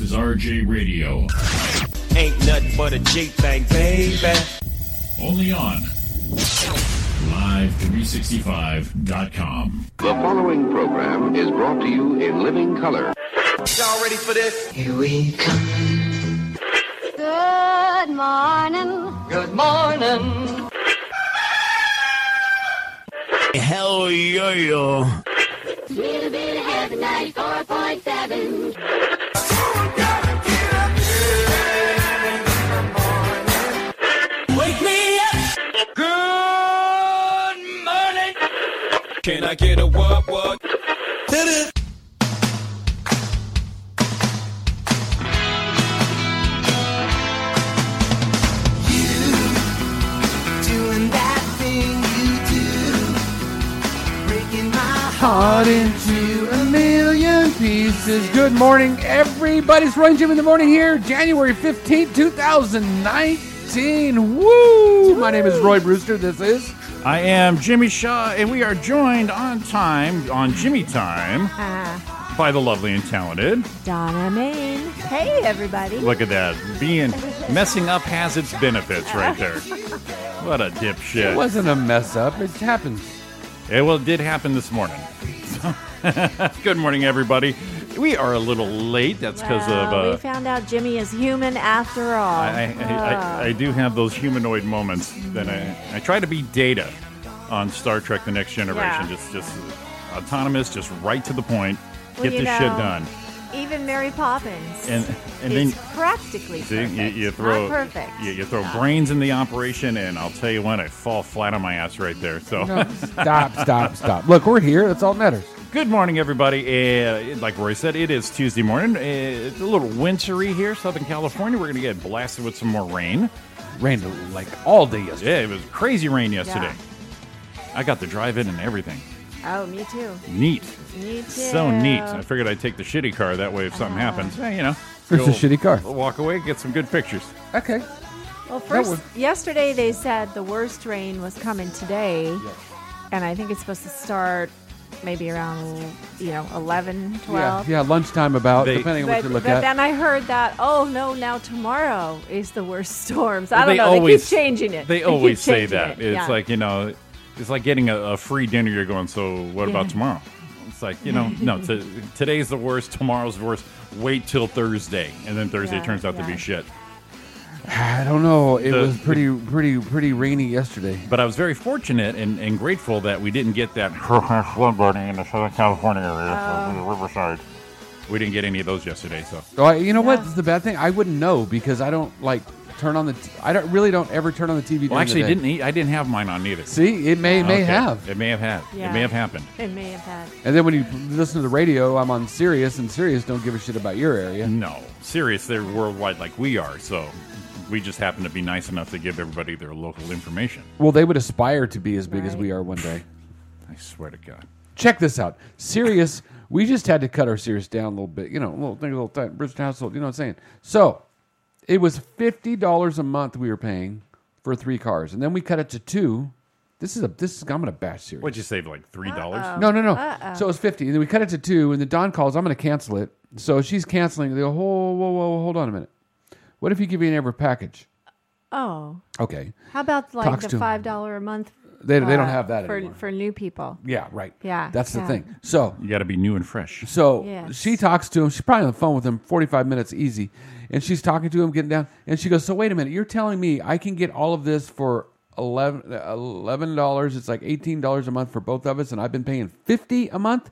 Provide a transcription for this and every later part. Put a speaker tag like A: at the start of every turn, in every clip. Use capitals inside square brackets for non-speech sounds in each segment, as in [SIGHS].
A: is RJ Radio.
B: Ain't nothing but a G thing, baby.
A: Only on live365.com.
C: The following program is brought to you in living color.
B: Y'all ready for this?
D: Here we come.
E: Good morning.
D: Good morning.
B: Hell yo yo.
E: Little bit of heaven, 94.7.
B: Wake me up. Good morning. Can I get a what what? Hit it.
F: doing that thing you do, breaking my
G: Cut into a million pieces. Good morning, everybody. It's Roy and Jim in the morning here, January 15th, 2019. Woo! My name is Roy Brewster. This is.
A: I am Jimmy Shaw, and we are joined on time, on Jimmy Time, by the lovely and talented.
H: Donna Main. Hey, everybody.
A: Look at that. Being messing up has its benefits right there. What a
G: It
A: dipshit.
G: wasn't a mess up. It happens.
A: It well it did happen this morning. [LAUGHS] So, Good morning, everybody. We are a little late. That's because
H: Well, we
A: of. Uh,
H: found out Jimmy is human after all.
A: I, I, I, I do have those humanoid moments that I, I try to be data on Star Trek: The Next Generation.
H: Yeah.
A: Just, just autonomous, just right to the point.
H: Well,
A: Get
H: you
A: this
H: know,
A: shit done.
H: Even Mary Poppins.
A: And and
H: is
A: then
H: practically
A: See, you,
H: perfect.
A: you
H: Not
A: throw
H: perfect.
A: You, you throw brains in the operation, and I'll tell you what, I fall flat on my ass right there. So,
G: No, stop, stop, stop. Look, we're here. That's all that matters.
A: good morning, everybody. Uh, like Roy said, it is Tuesday morning. Uh, it's a little wintry here, Southern California. We're gonna get blasted with some more rain.
G: Rained like all day yesterday.
A: Yeah, it was crazy rain yesterday. I got the drive in and everything.
H: Oh, me too.
A: Neat,
H: Me too.
A: so neat. I figured I'd take the shitty car. That way, if something happens, eh, you know,
G: It's a
A: you'll
G: shitty car.
A: Walk away, get some good pictures.
G: Okay.
H: Well, first,
G: was-
H: yesterday they said the worst rain was coming today, and I think it's supposed to start maybe around you know 11, 12.
G: yeah, yeah, lunchtime about,
A: They-
G: depending on
H: But,
G: what you look
H: but
G: at.
H: then I heard that oh no now tomorrow is the worst [LAUGHS] storms. I
A: They
H: don't know.
A: always-
H: they keep changing it.
A: They
H: keep
A: always say
H: changing
A: that.
H: it.
A: It's
H: Yeah.
A: like, you know, it's like getting a, a free dinner. You're going, so what about
H: Yeah.
A: tomorrow? It's like, you know, no, t- today's the worst, tomorrow's the worst. Wait till Thursday. And then Thursday
H: Yeah,
A: turns out to be
H: yeah.
A: shit.
G: I don't know. It
A: The-
G: was pretty, pretty, pretty rainy yesterday.
A: But I was very fortunate and, and grateful that we didn't get that [LAUGHS] flood burning in the Southern California area,
H: Oh.
A: Riverside. We didn't get any of those yesterday, so.
G: Oh, I, you know
H: Yeah.
G: what's the bad thing? I wouldn't know because I don't like turn on the. T- I don't really don't ever turn on the TV.
A: Well,
G: during the
A: actually,
G: day.
A: didn't eat. I didn't have mine on either.
G: See, it may may
A: Okay.
G: have.
A: It may have had. It
H: Yeah.
A: may have happened.
H: They may have had.
G: And then when you listen to the radio, I'm on Sirius, and Sirius don't give a shit about your area.
A: No, serious. They're worldwide like we are, so we just happen to be nice enough to give everybody their local information.
G: Well, they would aspire to be as big as
H: Right.
G: we are one day.
A: I swear to God.
G: Check this out,
H: [LAUGHS]
G: Sirius. we just had to cut our Sirius down a little bit. You know, a little thing, a little time, Bridgeton household. You know what I'm saying? So, it was fifty dollars a month we were paying for three cars, and then we cut it to two. This is a this is I'm gonna bash Sirius.
A: What'd you save? Like three dollars?
G: No, no, no.
H: Uh-uh.
G: So it was 50. And then we cut it to two, and then Don calls, I'm going to cancel it. So she's canceling. They go, whoa, whoa, whoa, hold on a minute. What if you give me an every package?
H: Oh,
G: Okay.
H: how about like
G: Talks to
H: the
G: 'em.
H: five dollar a month?
G: They, they
H: uh,
G: don't have that
H: for
G: anymore.
H: for new people.
G: yeah, right.
H: Yeah,
G: That's the
H: yeah.
G: thing. So
A: You got to be new and fresh.
G: so
H: Yes.
G: she talks to him. She's probably on the phone with him 45 minutes easy. And she's talking to him, getting down. And she goes, so wait a minute. You're telling me I can get all of this for 11 $11. It's like $18 a month for both of us. And I've been paying 50 a month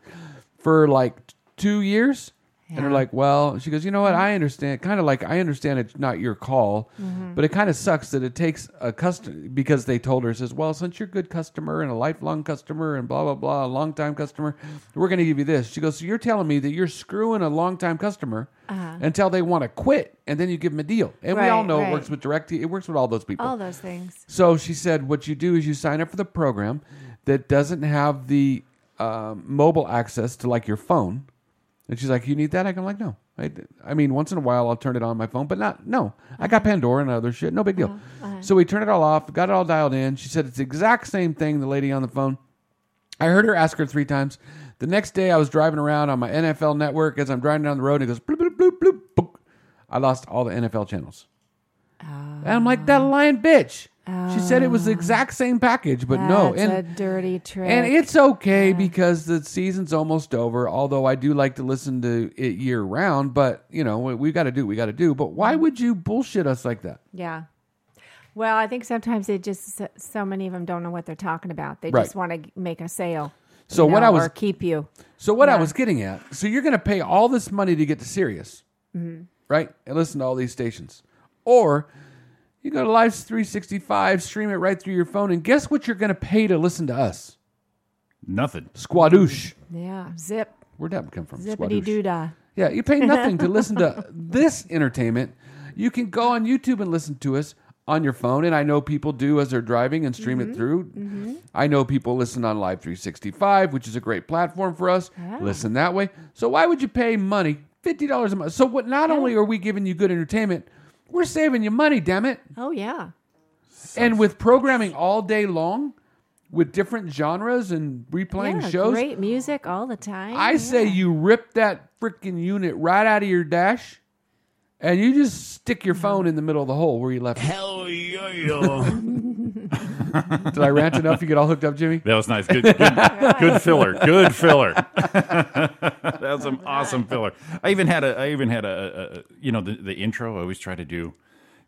G: for like two years. And they're
H: Yeah. Mm-hmm.
G: like, well, she goes, you know what? I understand. Kind of like, I understand it's not your call,
H: Mm-hmm.
G: but it kind of sucks that it takes a customer because they told her, it says, well, since you're a good customer and a lifelong customer and blah, blah, blah, a long time customer, we're going to give you this. She goes, so you're telling me that you're screwing a long time customer until they want to quit and then you give them a deal. And we all
H: Uh-huh. Right,
G: know it
H: right. Oh.
G: works with direct, it works with all those people.
H: All those things.
G: So she said, what you do is you sign up for the program that doesn't have the um, mobile access to like your phone. And she's like, you need that? I am like, no. I, I mean, once in a while I'll turn it on my phone, but not, no. I got Pandora and other shit. No big deal. So we turned it all off, got it all dialed in. She said, it's the exact same thing, the lady on the phone. I heard her ask her three times. The next day, I was driving around on my NFL network as I'm driving down the road, and it goes bloop, bloop, bloop, bloop, boop. I lost all the NFL channels. and I'm like that lying bitch. She said it was the exact same package, but no.
H: That's
G: And
H: a dirty trick.
G: and it's okay because the season's almost over. Although I do like to listen to it year round, but you know we, we got to do what we got to do. But why would you bullshit us like that?
H: yeah. Well, I think sometimes they just so- so many of them don't know what they're talking about. They
G: Right.
H: just want to make a sale.
G: So
H: you
G: what
H: know,
G: I was-
H: or keep you.
G: So what I was getting at, so you're going to pay all this money to get to Sirius,
H: Mm-hmm.
G: right? And listen to all these stations, or you go to Live 365, stream it right through your phone, and guess what you're going to pay to listen to us?
A: Nothing.
G: Squadoosh.
H: Yeah. Zip.
G: Where'd that come from?
H: Zippity
G: Squadoosh.
H: doo dah.
G: Yeah, you pay nothing to listen to this entertainment. You can go on YouTube and listen to us on your phone, and I know people do as they're driving and stream it through. I know people listen on Live 365, which is a great platform for us. Listen that way. So why would you pay money, fifty dollars a month? So what? Not only are we giving you good entertainment, we're saving you money. Damn it!
H: Oh yeah.
G: And with programming all day long, with different genres and replaying
H: yeah,
G: shows,
H: Great music all the time.
G: I
H: yeah.
G: say you rip that freaking unit right out of your dash, and you just stick your phone in the middle of the hole where you left. it.
B: Hell yeah, yeah.
G: Did I rant enough? You get all hooked up, Jimmy.
A: [LAUGHS] [LAUGHS] That was nice. Good, good, good filler. Good filler. [LAUGHS] that was an awesome filler. I even had a. I even had a. a, a you know, the, the intro. I always try to do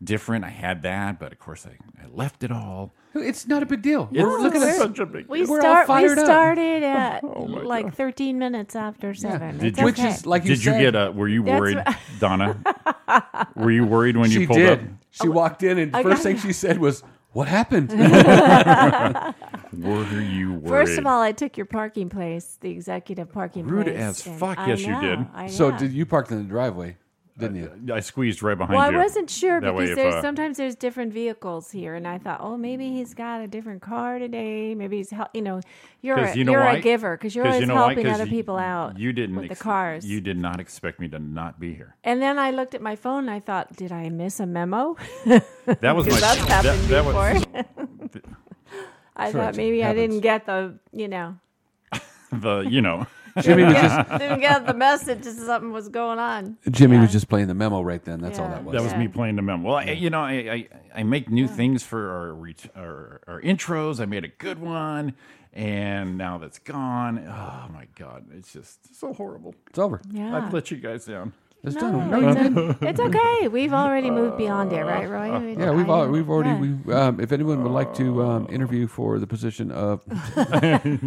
A: different. I had that, but of course, I, I left it all.
G: It's not a big deal.
A: It's
G: We're looking at
A: such a big.
H: we
G: we're all
H: start. We
G: fired up. Oh
H: started at
G: [LAUGHS]
H: like 13 minutes after seven.
A: Did
H: It's
A: you-
G: which
H: okay.
G: is like you
A: Did you
G: said,
A: get a? Were you
H: That's
A: worried,
H: right. [LAUGHS]
A: Donna? Were you worried when
G: she
A: you pulled
G: did.
A: up?
G: She walked in, and the
H: Oh, I
G: first
H: got-
G: thing she said was, "What
H: [LAUGHS]
G: happened?"
A: Were you worried?
H: First of all, I took your parking place, the executive parking
A: Rude
H: place.
A: as
H: and
A: fuck,
H: I
A: yes, you
H: know,
A: did.
H: I
G: so
H: know.
G: did you parked in the driveway? Didn't you?
A: I squeezed right behind
H: Well, I
A: you.
H: wasn't sure
A: That way
H: because
A: if,
H: there's
A: uh,
H: sometimes there's different vehicles here, and I thought, oh, maybe he's got a different car today. Maybe he's hel- you know, you're
A: 'Cause
H: a,
A: you know
H: are
A: why?
H: a giver because you're
A: 'Cause
H: always
A: you know why?
H: helping
A: 'Cause
H: other
A: you-
H: people out.
A: You didn't
H: with
A: ex-
H: the cars.
A: You did not expect me to not be
H: [LAUGHS]
A: here.
H: and then I looked at my phone and I thought, did I miss a memo? [LAUGHS]
A: That was my.
H: Because that's
A: that-
H: happened
A: that was-
H: before. I thought maybe I didn't get the you know
A: [LAUGHS] the you know
G: Jimmy was just
H: [LAUGHS] didn't get the message that something was going on.
G: Jimmy was just playing the memo right then. That's all
H: Yeah.
G: that was.
A: that was
H: Yeah.
A: me playing the memo. Well, I, you know, I I, I make new things for our, ret- our our intros. I made a good one, and now that's gone. Oh my god, it's just so horrible.
G: It's over.
H: Yeah.
A: I've let you guys down.
G: It's
H: No,
G: done.
H: it's, o- it's okay. We've already moved beyond it, right, Roy? I mean,
G: Uh, Yeah, we've
H: I
G: all,
H: know.
G: we've already.
H: Yeah.
G: We, um, if anyone would like to um, interview for the position
H: [LAUGHS]
G: of, [LAUGHS]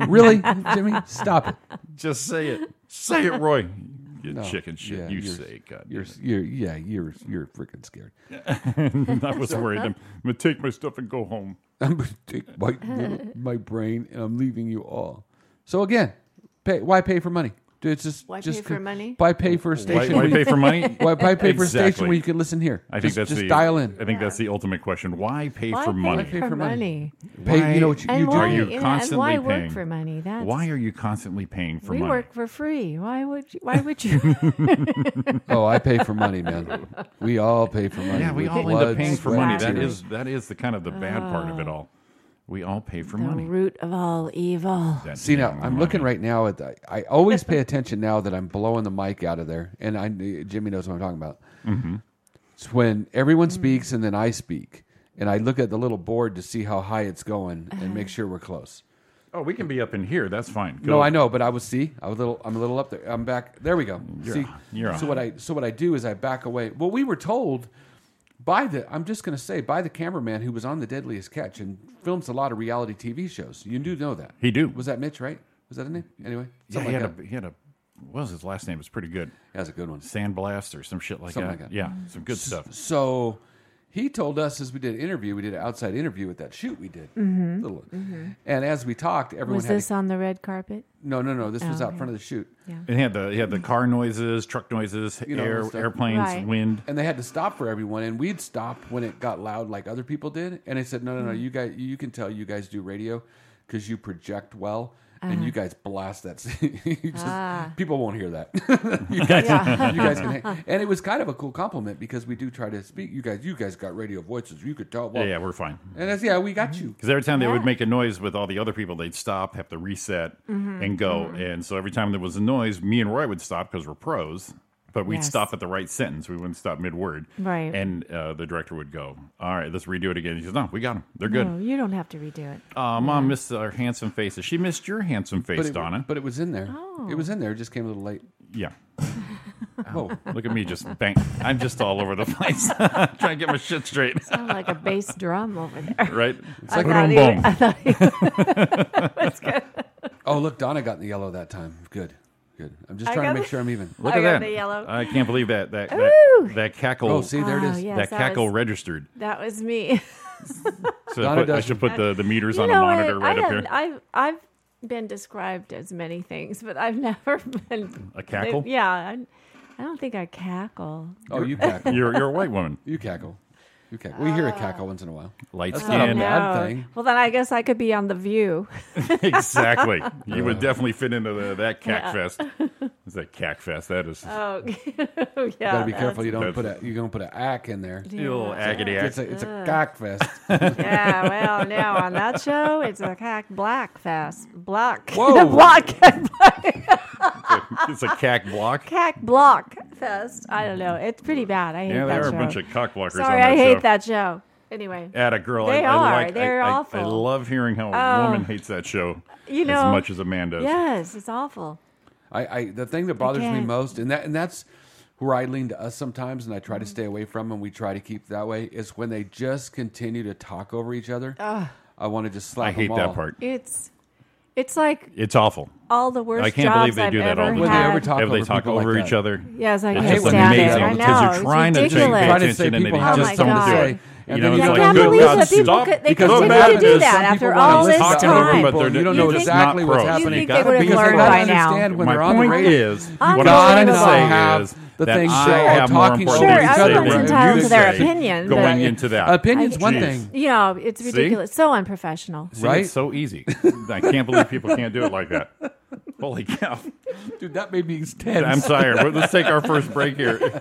G: really, Jimmy, stop it.
A: Just say it. Say it,
G: [LAUGHS]
A: Roy. You chicken shit.
G: Yeah,
A: you
G: you're-
A: say it. God,
G: You're, you're, yeah, you're, you're freaking scared. [LAUGHS]
A: I was worried. I'm gonna take my stuff and go home.
G: I'm gonna take my
H: [LAUGHS]
G: my brain and I'm leaving you all. So again, pay, why pay for money? Dude, It's just
H: Why
G: just
H: pay for
G: c-
H: money?
G: Why pay for a
A: Why,
G: station?
A: why
G: when
A: pay
G: you-
A: for [LAUGHS] money?
G: why pay for a station
A: Exactly.
G: where you can listen here?
A: I think
G: Just-
A: that's
G: just
A: the
G: dial in.
A: I think that's the ultimate question. Why pay
H: Why
A: for
H: pay
A: money?
H: for, money?
G: Pay, you know what you,
H: And
G: you
H: why,
A: Are you
H: yeah,
A: constantly
H: and why
A: paying?
H: work for money? That's,
A: Why are you constantly paying for
H: we
A: money?
H: work for free? Why would you? Why
A: [LAUGHS]
H: would you?
G: do. Oh, I pay for money, man. We all pay for money.
A: yeah, we
G: with
A: all end
G: blood,
A: up paying for
G: sweat,
A: money.
G: and
A: That
G: tears.
A: is that is the kind of the bad part of it all. We all pay for
H: Oh. the
A: money.
H: root of all evil.
A: That
G: See now,
A: damn
G: I'm
A: money.
G: looking right now at the. I always pay attention now that I'm blowing the mic out of there, and I Jimmy knows what I'm talking about. Mm-hmm. It's when everyone speaks and then I speak, and I look at the little board to see how high it's going and make sure we're close.
A: Oh, we can be up in here. That's fine.
G: No, I know, but I was see, I was a little, I'm a little up there. I'm back. There we go. see,
A: you're
G: so
A: on.
G: what I so what I do is I back away. Well, we were told by the I'm just going to say by the cameraman who was on the Deadliest Catch and films a lot of reality TV shows. You do know that
A: He do.
G: Was that Mitch? Right? Was that a name? Anyway,
A: Yeah, he
G: something
A: had
G: like
A: a
G: that.
A: he had a what was his last name? It's pretty good.
G: That's a good one.
A: Sandblast or some shit like
G: Something
A: that.
G: like that.
A: Yeah,
H: Mm.
A: some good stuff.
G: So he told us as we did an interview, we did an outside interview with that shoot we did. Little- And as we talked, everyone
H: Mm-hmm. Was
G: had
H: this on the red carpet?
G: no, no, no. This was out
H: okay.
G: front of the shoot,
A: And he had the he had the car noises, truck noises,
G: know,
A: air
G: stuff.
A: airplanes,
H: Right.
A: wind.
G: and they had to stop for everyone. And we'd stop when it got loud, like other people did. And I said, no, no,
H: Mm-hmm.
G: no. You guys, you can tell you guys do radio because you project well. And
H: Uh-huh.
G: you guys blast that. [LAUGHS] you just,
H: Ah.
G: People won't hear that. [LAUGHS]
H: [LAUGHS]
G: you guys, you guys can. hang- And it was kind of a cool compliment because we do try to speak. You guys, you guys got radio voices. You could tell. Well,
A: Yeah, yeah, we're fine.
G: And that's yeah, we
H: Mm-hmm.
G: got you.
A: Because every time they would
H: Yeah.
A: make a noise with all the other people, they'd stop, have
H: Mm-hmm.
A: to reset, and go. And so every time there was a noise, me and Roy would stop because we're pros, but we'd
H: Yes.
A: stop at the right sentence. We wouldn't stop mid word.
H: Right.
A: And uh, the director would go, "All right, let's redo it again." He says, "No, we got them. They're good."
H: No, you don't have to redo it.
A: Uh, Mom missed our handsome faces. She missed your handsome face,
G: But it,
A: Donna.
G: but it was in there. It
H: Oh.
G: was in there. It just came a little late.
A: yeah.
G: Oh,
A: Look at me just bang. I'm just all over the place [LAUGHS] trying to get my shit
G: [LAUGHS]
A: straight.
H: Sound like a bass drum over
A: [LAUGHS]
H: there.
A: right?
H: I
A: Boom,
H: thought he-
A: boom.
H: I thought he-
G: oh, look, Donna got in the yellow that time. Good, good. I'm just
H: I
G: trying to
H: got
G: make
H: the-
G: sure I'm even.
A: Look
H: I
A: at
H: got
A: that.
H: the yellow.
A: I can't believe that that that, that cackle
G: Oh, see, Uh, there it
H: Oh,
G: is.
H: yeah.
A: that
H: Yes, that
A: cackle
H: was-
A: registered.
H: that was me. [LAUGHS]
A: So
G: Donna
A: I, put, I
G: does-
A: should put the, the meters
H: you
A: on
H: know
A: a monitor
H: what?
A: right
H: I
A: up
H: have,
A: here.
H: I've I've been described as many things, but I've [LAUGHS] never been
A: A cackle?
H: yeah, I, I don't think I cackle.
G: Oh,
A: [LAUGHS]
G: you cackle.
A: You're
H: [LAUGHS]
A: you're a white woman.
G: You cackle. You cackle. We hear a cackle once in a while.
A: Light
G: That's not a
A: skin.
H: [LAUGHS]
G: bad thing.
H: Well, then I guess I could be on the View.
A: [LAUGHS]
H: [LAUGHS]
A: exactly. You would definitely fit into the, that cack
H: [LAUGHS]
A: fest. It's that cack fest. That is
H: Oh, [LAUGHS] yeah.
G: You gotta be
H: Uh,
G: careful.
H: [LAUGHS]
G: You don't
A: that's-
G: put a you're gonna put a ack in there.
A: ill agony
G: It's
A: act.
G: a it's a cock fest.
H: Yeah, well, now
A: [LAUGHS]
H: on that show, it's a cack black fest. Block. [LAUGHS]
G: Whoa.
H: block.
A: It's a cack
H: [LAUGHS]
A: block.
H: Cack block fest. I don't know. It's pretty bad. I hate
A: Yeah,
H: that
A: there are a
H: show.
A: bunch of cock blockers
H: Sorry,
A: on that
H: I
A: show.
H: hate that show. Anyway,
A: At a girl,
H: They
A: I, I
H: are.
A: like,
H: They're
A: I, I,
H: awful.
A: I love hearing how a
H: Oh.
A: woman hates that show
H: you know.
A: as much as a man does.
H: yes, it's awful.
G: I, I the thing that bothers me
H: can't.
G: most, and that and that's where I lean to us sometimes, and I try to stay away from, and we try to keep that way, is when they just continue to talk over each other. I want to just slap.
A: I hate
G: them
A: that
G: all.
A: part.
H: It's it's like
A: It's awful.
H: all the worst
A: I can't
H: jobs
A: believe they
H: I've
A: do that
H: ever
A: all the
G: When they
H: had.
G: ever talk
A: If they
G: over
A: talk
G: people like
A: over
G: that.
A: each other.
H: Yes, I
A: It's
H: hate
A: just
G: when
H: when
G: they
A: amazing
G: do that. I
A: because
H: know,
A: you're
H: it's
A: trying to pay
H: ridiculous.
G: Try to say
A: attention and then
G: people
A: you
G: have
A: just
H: to
A: don't do
H: stop.
A: it.
G: And
A: you
G: then
A: know,
G: you
A: it's
G: don't
A: like, good
G: do it. I can't
A: God,
G: believe that
H: people
A: stop.
H: could- they
A: Because
G: continue
A: I'm
G: to
A: mad
G: do
A: at
G: that
A: some
H: after
A: people when
H: all
A: I'm
H: this
A: talking
H: time.
A: Over, them, but
G: People,
A: they're
G: you don't
A: you're
G: know
A: just
G: exactly
A: not
G: what's
A: pros.
G: happening.
A: You
H: think
A: gotta
H: they would have
A: be
G: Because they
H: learned
G: don't
A: careful.
H: by now.
G: understand when
A: My
G: they're on
A: point
G: the radio.
A: is, what I'm trying
G: Unbelievable.
A: to say
G: Have
A: is
G: the
A: that
G: thing
A: I
G: show or
A: have more
G: talking
A: important
G: show.
A: things to
G: Sure,
A: say
G: everyone's
A: than
G: entitled
A: you
G: to their
A: say
H: opinion,
A: Going
H: but-
A: into that
G: Opinion's one
A: Jeez.
G: thing,
H: You know, it's
A: See?
H: ridiculous. So unprofessional.
A: See,
G: Right?
A: It's so easy. I can't believe people can't do it like that. Holy cow!
G: dude. That made me
A: I'm
G: tense.
A: tired. Well, Let's take our first break here.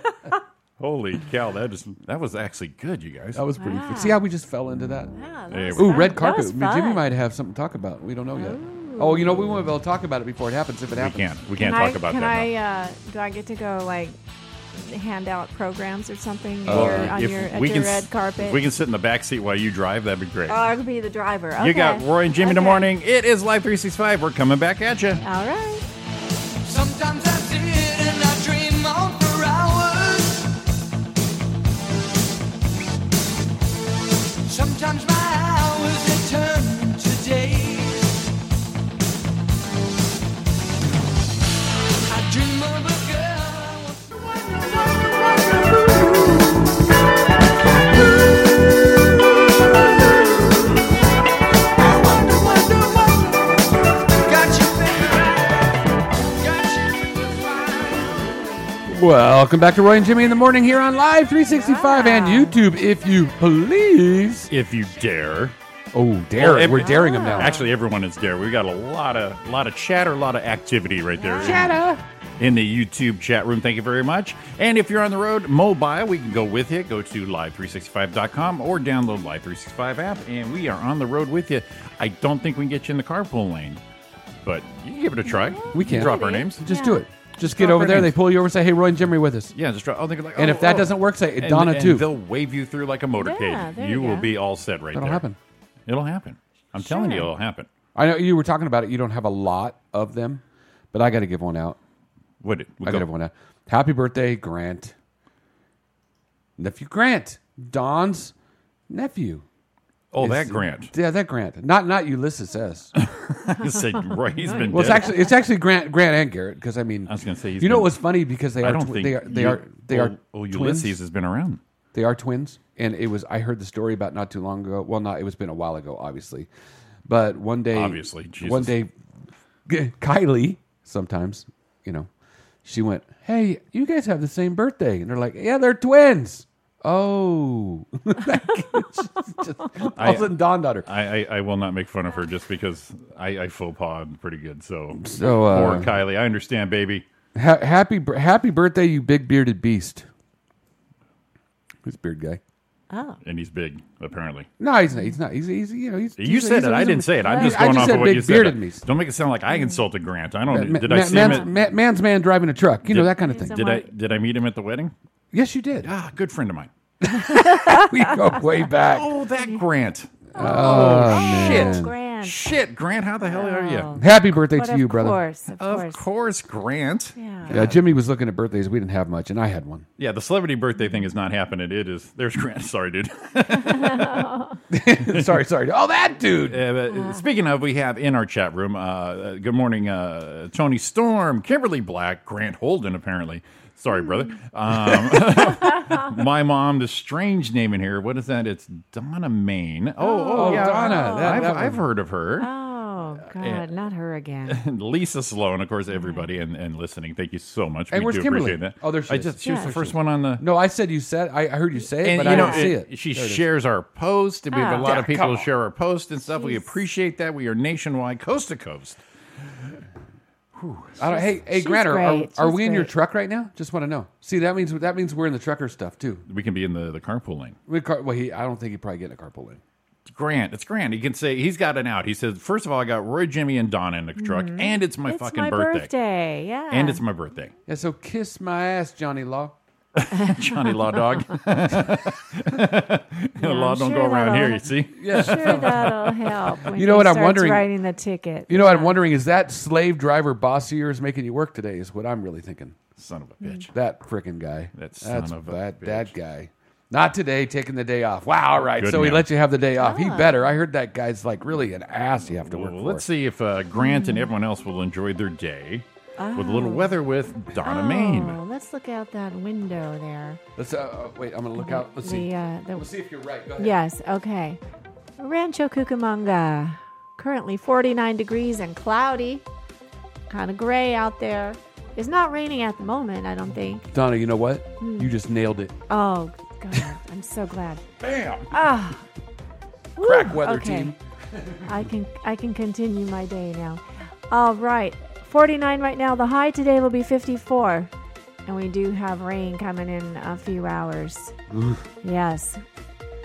A: Holy cow! That is that was actually good, you guys.
G: That was pretty.
H: Wow.
G: See how we just fell into that.
H: Yeah,
A: Hey,
H: that was
G: Ooh,
H: Ah, fun.
G: red
H: That
G: carpet.
H: was
G: Me- Jimmy
H: fun.
G: might have something to talk about. We don't know yet. Oh, you know, we won't be able to talk about it before it happens. If it
A: we
G: happens,
A: can't. We can't
H: Can
A: talk
H: I,
A: about
H: can
A: that.
H: I,
A: now.
H: uh, do I get to go like hand out programs or something
A: Well,
H: here uh, on
A: Oh, if
H: your at
A: we
H: your
A: can s-
H: red carpet?
A: if we can sit in the back seat while you drive. That'd be great.
H: Oh, I could be the driver. Okay.
A: You got Roy and Jimmy in the
H: Okay.
A: morning. It is Live 365. We're coming back at you.
H: All right.
F: Sometimes I sit and I dream on for hours. Sometimes my hours they turn to days. I dream of a girl. I want to wonder, wonder, wonder. Got you figured out. Got you defined.
G: Welcome back to Roy and Jimmy in the morning here on Live 365 and
H: Yeah.
G: YouTube, if you please.
A: If you dare.
G: Oh, dare!
A: Well, every-
G: We're daring them now.
A: Actually, everyone is there. We've got a lot of lot of chatter, a lot of activity right there. Chatter in the YouTube chat room. Thank you very much. And if you're on the road, mobile, we can go with you. Go to live365.com or download Live365 app, and we are on the road with you. I don't think we can get you in the carpool lane, but you can give it a try.
G: We can.
A: drop our names.
G: Just
H: Yeah.
G: do it. Just get
A: Drop
G: over
A: our
G: there.
A: names.
G: They pull you over. and Say, "Hey, Roy and Jimmy, are with us."
A: Yeah, just drop. Oh, they're like,
G: And
A: oh,
G: if that
A: oh.
G: doesn't work, say
A: And-
G: Donna
A: and
G: too.
A: They'll wave you through like a motorcade.
H: Yeah, there
A: you
H: you
A: will
H: go.
A: be all set right
G: That'll
A: there.
G: happen.
A: It'll happen. I'm telling you, it'll happen.
G: I know you were talking about it. You don't have a lot of them, but I got to give one out.
A: What? We'll go.
G: I got to give one out. Happy birthday, Grant. Nephew Grant, Don's nephew.
A: Oh,
G: is-
A: that Grant. [LAUGHS]
G: Yeah, that Grant. Not not Ulysses S.
A: You said Roy.
G: [LAUGHS]
A: He's been
G: Well, it's
A: dead.
G: actually it's actually Grant Grant and Garrett because I mean
A: I was gonna say he's
G: you know
A: been-
G: it was funny because they
A: I
G: are
A: don't
G: twi-
A: think
G: they are they
A: you-
G: are they are
A: Oh, oh,
G: twins.
A: Ulysses has been around.
G: They are twins, and it was I heard the story about not too long ago. Well, not it was been a while ago, obviously, but one day,
A: Obviously, Jesus.
G: one day, [LAUGHS] G- Kylie sometimes, you know, she went, "Hey, you guys have the same birthday," and they're like, "Yeah, they're twins." Oh, [LAUGHS] just, all of a sudden dawned on her.
A: I, I, I will not make fun of her just because I, I faux pas pretty good. So,
G: So, uh,
A: poor Kylie. I understand, baby.
G: Ha- happy br- happy birthday, you big bearded beast. Who's beard guy?
H: Oh.
A: and he's big apparently.
G: No, he's not. He's not. He's, he's you know. He's,
A: You
G: he's a-
A: said
G: he's
A: it.
G: a-
A: I
G: he's a-
A: didn't say it. I'm just
G: I
A: going off
G: said
A: of what
G: big
A: you said.
G: bearded me.
A: Don't make it sound like I insulted Grant. I don't.
G: Ma-
A: did I
G: ma-
A: see him?
G: man's,
A: At,
G: ma- man's man driving a truck. You know
A: Did-
G: that kind of thing.
H: He's a-
A: did I did I meet him at the wedding?
G: Yes, you did. [LAUGHS]
A: Ah, good friend of mine.
G: we go way back.
A: Oh, that Grant.
H: Oh, grand.
A: Shit, Grant. How the hell are you?
G: Happy birthday
H: But
G: to
H: of
G: you, brother.
H: course, of,
A: Of
H: course.
A: course, Grant.
H: Yeah.
G: Yeah, Jimmy was looking at birthdays. We didn't have much, and I had one. [LAUGHS]
A: Yeah, the celebrity birthday thing is not happening. It is. There's Grant. [LAUGHS] Sorry, dude.
G: sorry, sorry. Oh, that dude.
A: Uh, but, uh, speaking of, we have in our chat room. Uh, uh, good morning, uh, Tony Storm, Kimberly Black, Grant Holden. Apparently, sorry, brother.
G: Hmm.
A: Um,
G: [LAUGHS]
A: my mom, the strange name in here. What is that? It's Donna Main. Oh, oh,
G: Oh,
A: yeah,
G: Donna, that-
A: I've,
G: that one. Uh.
A: I've heard of her.
H: Oh God, not her again.
A: And [LAUGHS] Lisa Sloan, of course, everybody and, and listening. Thank you so much.
G: Mm-hmm. And
A: we
G: where's
A: do
G: Kimberly?
A: appreciate that.
G: Oh, there she
A: I
G: is.
A: just she was
H: Yeah.
A: the first one on the.
G: No, I said you said. I, I heard you say it,
A: And
G: but
A: you
G: I
A: know,
G: don't see
A: it-
G: it.
A: she
G: There it is.
A: shares our post. and We have a
H: Ah.
A: lot
G: Yeah,
A: of people
G: come
A: who share our post and stuff. We
H: Jeez.
A: appreciate that. We are nationwide, coast to coast.
G: I don't, hey, hey,
H: she's
G: Grant, are, are,
H: great.
G: are
H: She's
G: we in your
H: great.
G: truck right now? Just want to know. See, that means that means we're in the trucker stuff too.
A: We can be in the, the carpool lane.
G: We car, well, he, I don't think he'd probably get in a carpool lane.
A: Grant, it's Grant. He can say he's got an out. He says, first of all, I got Roy, Jimmy, and Don in the truck, and it's my
H: Mm-hmm. it's
A: fucking
H: my
A: birthday.
H: birthday. Yeah.
A: and it's my
H: [LAUGHS]
A: birthday.
G: Yeah, so kiss my ass, Johnny Law.
A: Johnny Law
H: [LAUGHS]
A: Dog. [LAUGHS] law
H: I'm
A: don't
H: sure
A: go around here.
H: that'll-
A: You see,
G: [LAUGHS]
H: I'm sure that'll help. When
G: You know
H: he
G: what I'm
H: starts
G: wondering-
H: Writing the ticket.
G: You know what I'm wondering is that slave driver boss of yours making you work today is what I'm really thinking.
A: son of a
H: Mm-hmm.
A: bitch.
G: That frickin' guy.
A: That son of a
G: that,
A: bitch.
G: that guy. Not today, taking the day off. Wow, all right.
A: Good
G: so he
A: man.
G: let you have the day off. He better. I heard that guy's like really an ass you have to work
A: Well,
G: for.
A: let's see if uh, Grant
H: Mm-hmm.
A: and everyone else will enjoy their day with a little weather with Donna Main.
H: Oh, let's look out that window there.
G: Let's uh, wait. I'm gonna look out. Let's see.
H: The, uh, the-
G: Let's see if you're right. Go ahead.
H: yes. Okay. Rancho Cucamonga. Currently 49 degrees and cloudy. Kind of gray out there. It's not raining at the moment, I don't think.
G: Donna, you know what?
H: Hmm.
G: You just nailed it.
H: Oh, God. I'm so glad.
A: Bam!
H: Ah.
G: Crack
H: Woo,
G: weather
H: okay.
G: team.
H: I can I can continue my day now. All right. 49 right now. The high today will be 54. And we do have rain coming in a few hours. Yes.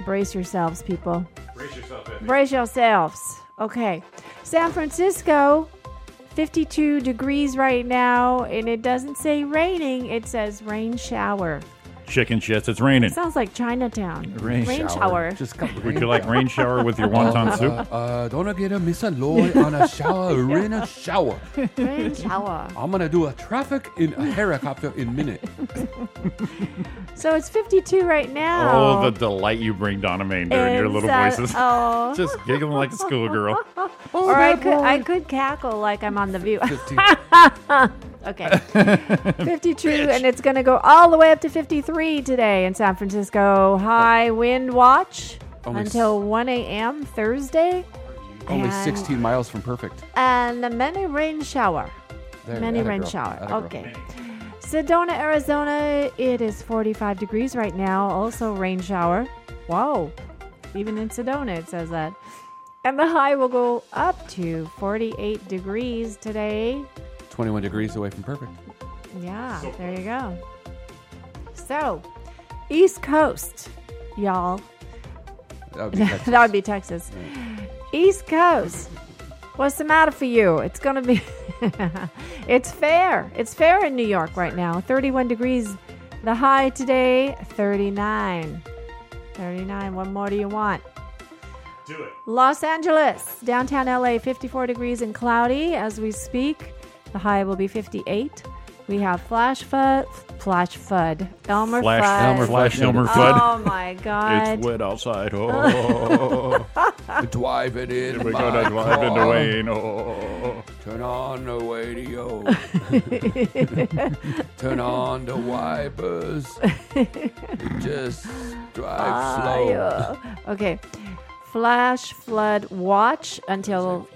H: Brace yourselves, people.
A: Brace yourself,
H: Brace yourselves. Okay. San Francisco 52 degrees right now and it doesn't say raining, it says rain shower.
A: Chicken shits, it's raining.
H: Sounds like Chinatown.
A: Rain
H: shower.
G: Just come.
A: Would you like rain shower
H: [LAUGHS]
A: with your
H: Oh.
A: wonton soup?
G: Uh, uh, don't get a miss a loy on a
H: [LAUGHS]
G: shower or in a shower.
H: Rain shower.
G: I'm gonna do a traffic in a helicopter in minute.
H: So it's 52 right now.
A: Oh, the delight you bring Donna Main during your
H: And
A: little
H: so-
A: voices.
H: Oh,
A: [LAUGHS] Just giggling like a
H: [LAUGHS]
A: schoolgirl.
H: or I could I could cackle like I'm on the view. [LAUGHS]
A: [LAUGHS]
H: okay, 52, and it's going to go all the way up to 53 today in San Francisco. High
A: Oh.
H: wind watch
G: Only s-
H: until 1 a.m. Thursday,
G: [LAUGHS] Only
H: Yeah.
G: 16 miles from perfect.
H: and a many rain shower.
G: There,
H: many
G: atta
H: rain
G: girl,
H: shower.
G: atta girl.
H: Okay. Sedona, Arizona, it is 45 degrees right now. Also rain shower. Whoa. Even in Sedona, it says that. And the high will go up to 48 degrees today.
G: 21 degrees away from perfect.
H: Yeah, there you go. So, East Coast, y'all.
G: That
H: [LAUGHS]
G: would be Texas.
H: that would be Texas. East Coast. What's the matter for you? It's going to be. [LAUGHS] it's fair. It's fair in New York right now. 31 degrees. The high today, 39. 39. What more do you want?
A: Do it.
H: Los Angeles, downtown LA, 54 degrees and cloudy as we speak. The high will be 58. We have Flash Fud, Flash Fud, Elmer
A: Flash,
H: Fudd.
A: Elmer, Flash,
G: Fudd.
A: Elmer Fudd.
H: Oh my God.
A: It's wet outside.
H: [LAUGHS]
A: Oh,
G: Driving in
A: we're
G: my
A: gonna drive into
G: car.
A: Wayne. Oh,
G: Turn on the
H: [LAUGHS]
G: radio. [LAUGHS] Turn on the wipers.
H: [LAUGHS]
G: Just drive slow.
H: Okay. Flash flood watch until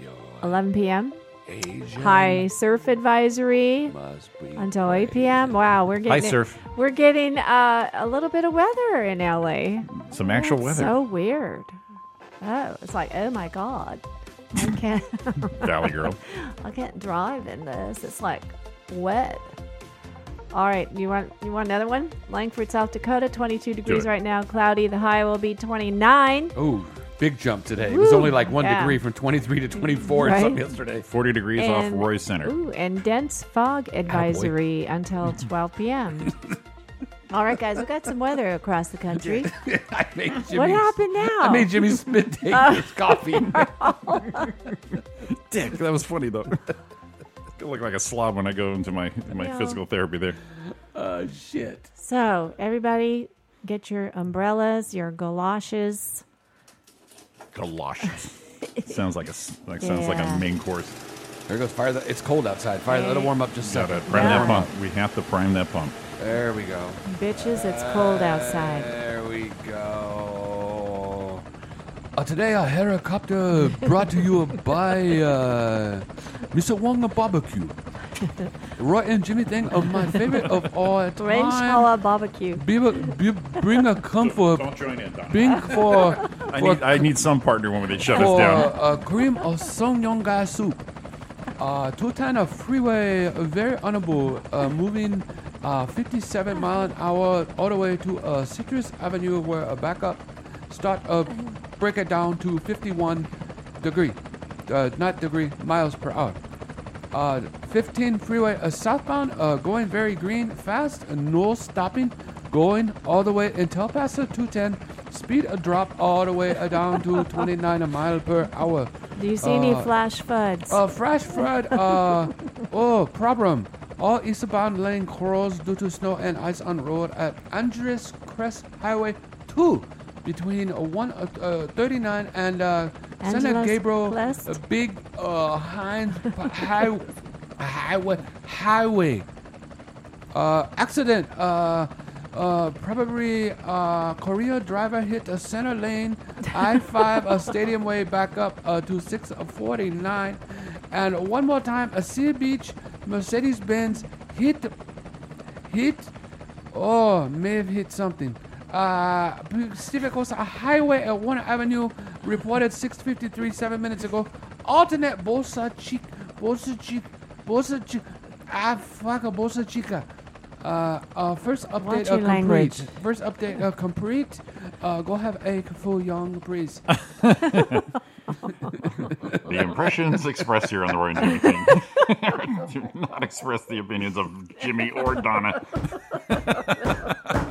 H: 11 p.m.
G: Asian
H: High surf advisory
G: must be
H: until 8 p.m. Wow, we're getting
A: High
H: it-
A: surf.
H: We're getting uh, a little bit of weather in LA.
A: some actual
H: That's
A: weather.
H: So weird. Oh, it's like oh my god, I can't, [LAUGHS]
A: [LAUGHS] Valley girl.
H: I can't drive in this. It's like wet. All right, you want you want another one? Langford, South Dakota, 22 degrees
A: it.
H: right now. Cloudy. The high will be 29.
G: Oh, big jump today. It was
H: Woo,
G: only like one
H: yeah.
G: degree from 23 to 24
H: Right.
G: or something yesterday. [LAUGHS]
A: 40 degrees off
H: And-
A: Roy Center.
H: Ooh, and dense fog advisory until 12 p.m. All right, guys, we got some weather across the country.
G: I made Jimmy,
H: What happened now? Uh,
G: I made
H: [LAUGHS]
G: Jimmy Smith take his coffee.
A: Dick, that was funny though. [LAUGHS] I look like a slob when I go into my my
H: Yeah.
A: physical therapy there.
G: Oh, shit.
H: so, everybody, get your umbrellas, your galoshes. [LAUGHS]
A: Galoshes. sounds like a s- like sounds like
H: Yeah.
A: a main course.
G: There goes fire. The, it's cold outside. Fire. Let it warm up just a
A: Gotta
G: second.
A: prime
H: Yeah.
A: that pump. We have to prime that pump.
G: There we go.
H: Bitches, it's cold outside.
G: There we go. Uh, today, a helicopter brought to you by uh, Mr. Wong the
H: [LAUGHS]
G: Barbecue. Roy and Jimmy Dang are my favorite of all time.
H: Range color barbecue.
G: Be- be- bring a come for
A: join in, Don.
G: bring for
A: I
G: for,
A: need I need some partner when they shut us
G: for
A: down.
G: a cream of songyongga soup. Uh, two ton of freeway, uh, very honorable, uh, moving uh, 57 mile an hour all the way to uh, Citrus Avenue, where a backup start up, break it down to 51 degree, uh, not degree miles per hour uh, 15 freeway uh, southbound, uh, going very green, fast, uh, no stopping, going all the way until El Paso 210. Speed a drop all the way uh, down to 29 a mile per hour.
H: Do you see any
G: Uh,
H: flash floods?
G: Uh, fresh flood. Uh, oh, problem. All eastbound lane closed due to snow and ice on road at Andres Crest Highway 2 between uh, 1 uh, uh, 39 and uh, Santa
H: Angeles
G: Gabriel
H: Crest?
G: uh, Big uh, Hines Pa- High, Highway Highway. Uh, accident. Uh, uh, probably uh, Korea driver hit a center lane I-5 a stadium way back up uh, to 649. And one more time, a Sea Beach Mercedes-Benz hit hit. Oh, may have hit something. Uh, Pacific Coast Highway at Warner Avenue reported 6:53 seven minutes ago. Alternate Bolsa Chica, Bolsa Chica, Bolsa Chica, ah, fuck, Bolsa Chica. Uh, uh, first update
H: Watch
G: uh,
H: your language.
G: complete. First update uh, complete. Uh, go have a full young breeze.
A: The impressions expressed here on the Roy and Jimmy thing [LAUGHS] do not express the opinions of Jimmy or Donna. [LAUGHS]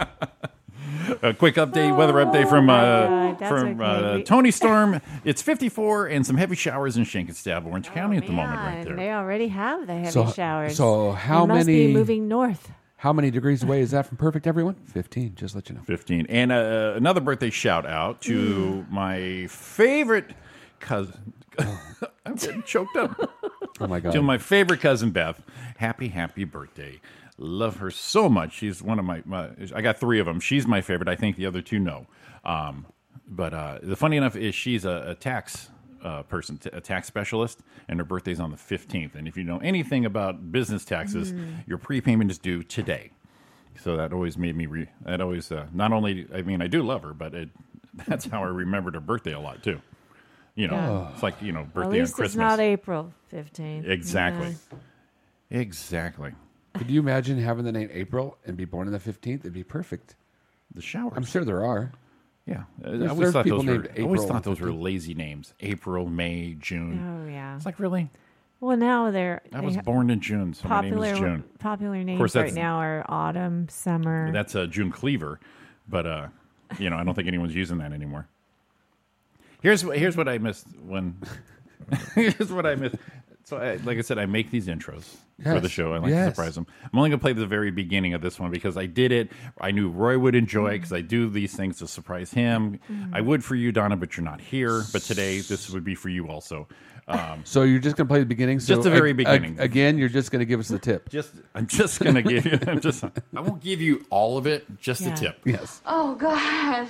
A: A quick update, weather update from uh,
H: Oh, God, that's
A: from
H: okay.
A: uh, Tony Storm. It's 54 and some heavy showers in Shankstab, Orange County at the moment,
H: Oh, Man,
A: right
H: They
A: there.
H: already have the heavy
G: So-
H: showers.
G: so how
H: They must
G: many-
H: be moving north?
G: How many degrees away is that from perfect, everyone? 15, just let you know.
A: 15 and uh, another birthday shout out to
H: Mm.
A: my favorite cousin. [LAUGHS] I'm getting choked up.
G: Oh my God.
A: to my favorite cousin Beth. Happy, happy birthday. Love her so much. She's one of my, my I got three of them. She's my favorite. I think the other two no. Um, but uh, the funny enough is she's a, a tax uh, person, t- a tax specialist, and her birthday's on the 15th. And if you know anything about business taxes,
H: Mm.
A: your prepayment is due today. So that always made me, re- that always, uh, not only, I mean, I do love her, but it, [LAUGHS] that's how I remembered her birthday a lot too. You know, it's like, you know,
H: At
A: birthday on
H: least
A: Christmas.
H: it's not April 15th.
A: Exactly.
H: Yeah.
A: Exactly.
G: Could you imagine having the name April and be born on the 15th? It'd be perfect.
A: The showers.
G: I'm sure there are.
A: yeah. I- I
G: there's
A: always thought
G: people
A: those were
G: named
A: I always
G: April.
A: thought those were lazy names. April, May, June.
H: Oh yeah.
A: It's like really?
H: Well, now they're
A: I
H: they
A: was
H: ha-
A: born in June, so my
H: popular
A: name is June.
H: popular names
A: course,
H: right
A: that's-
H: now are autumn, summer.
A: That's uh, June Cleaver, but uh, you know, I don't think anyone's using that anymore. Here's wh- here's what I missed when [LAUGHS] here's what I missed. So, I, like I said, I make these intros for the
G: Yes.
A: show. I like to
G: Yes.
A: surprise them. I'm only gonna play the very beginning of this one because I did it. I knew Roy would enjoy it because I do these things to surprise him. I would for you, Donna, but you're not here. But today, this would be for you also. Um,
G: So you're just going to play the beginning? So
A: Just the very
G: ag-
A: beginning.
G: ag- again, you're just going to give us the tip.
A: Just, I'm just gonna give you. [LAUGHS] I'm just. I won't give you all of it. Just
H: Yeah.
A: the tip.
G: Yes.
D: Oh, God.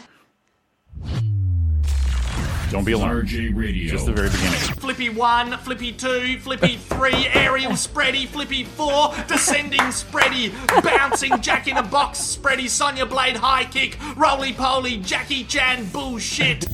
A: Don't be alarmed. Radio. Just the very beginning.
I: Flippy 1, Flippy 2, Flippy 3, aerial spready, Flippy 4, descending spready, bouncing jack in a box spready, Sonya Blade high kick, roly poly, Jackie Chan bullshit.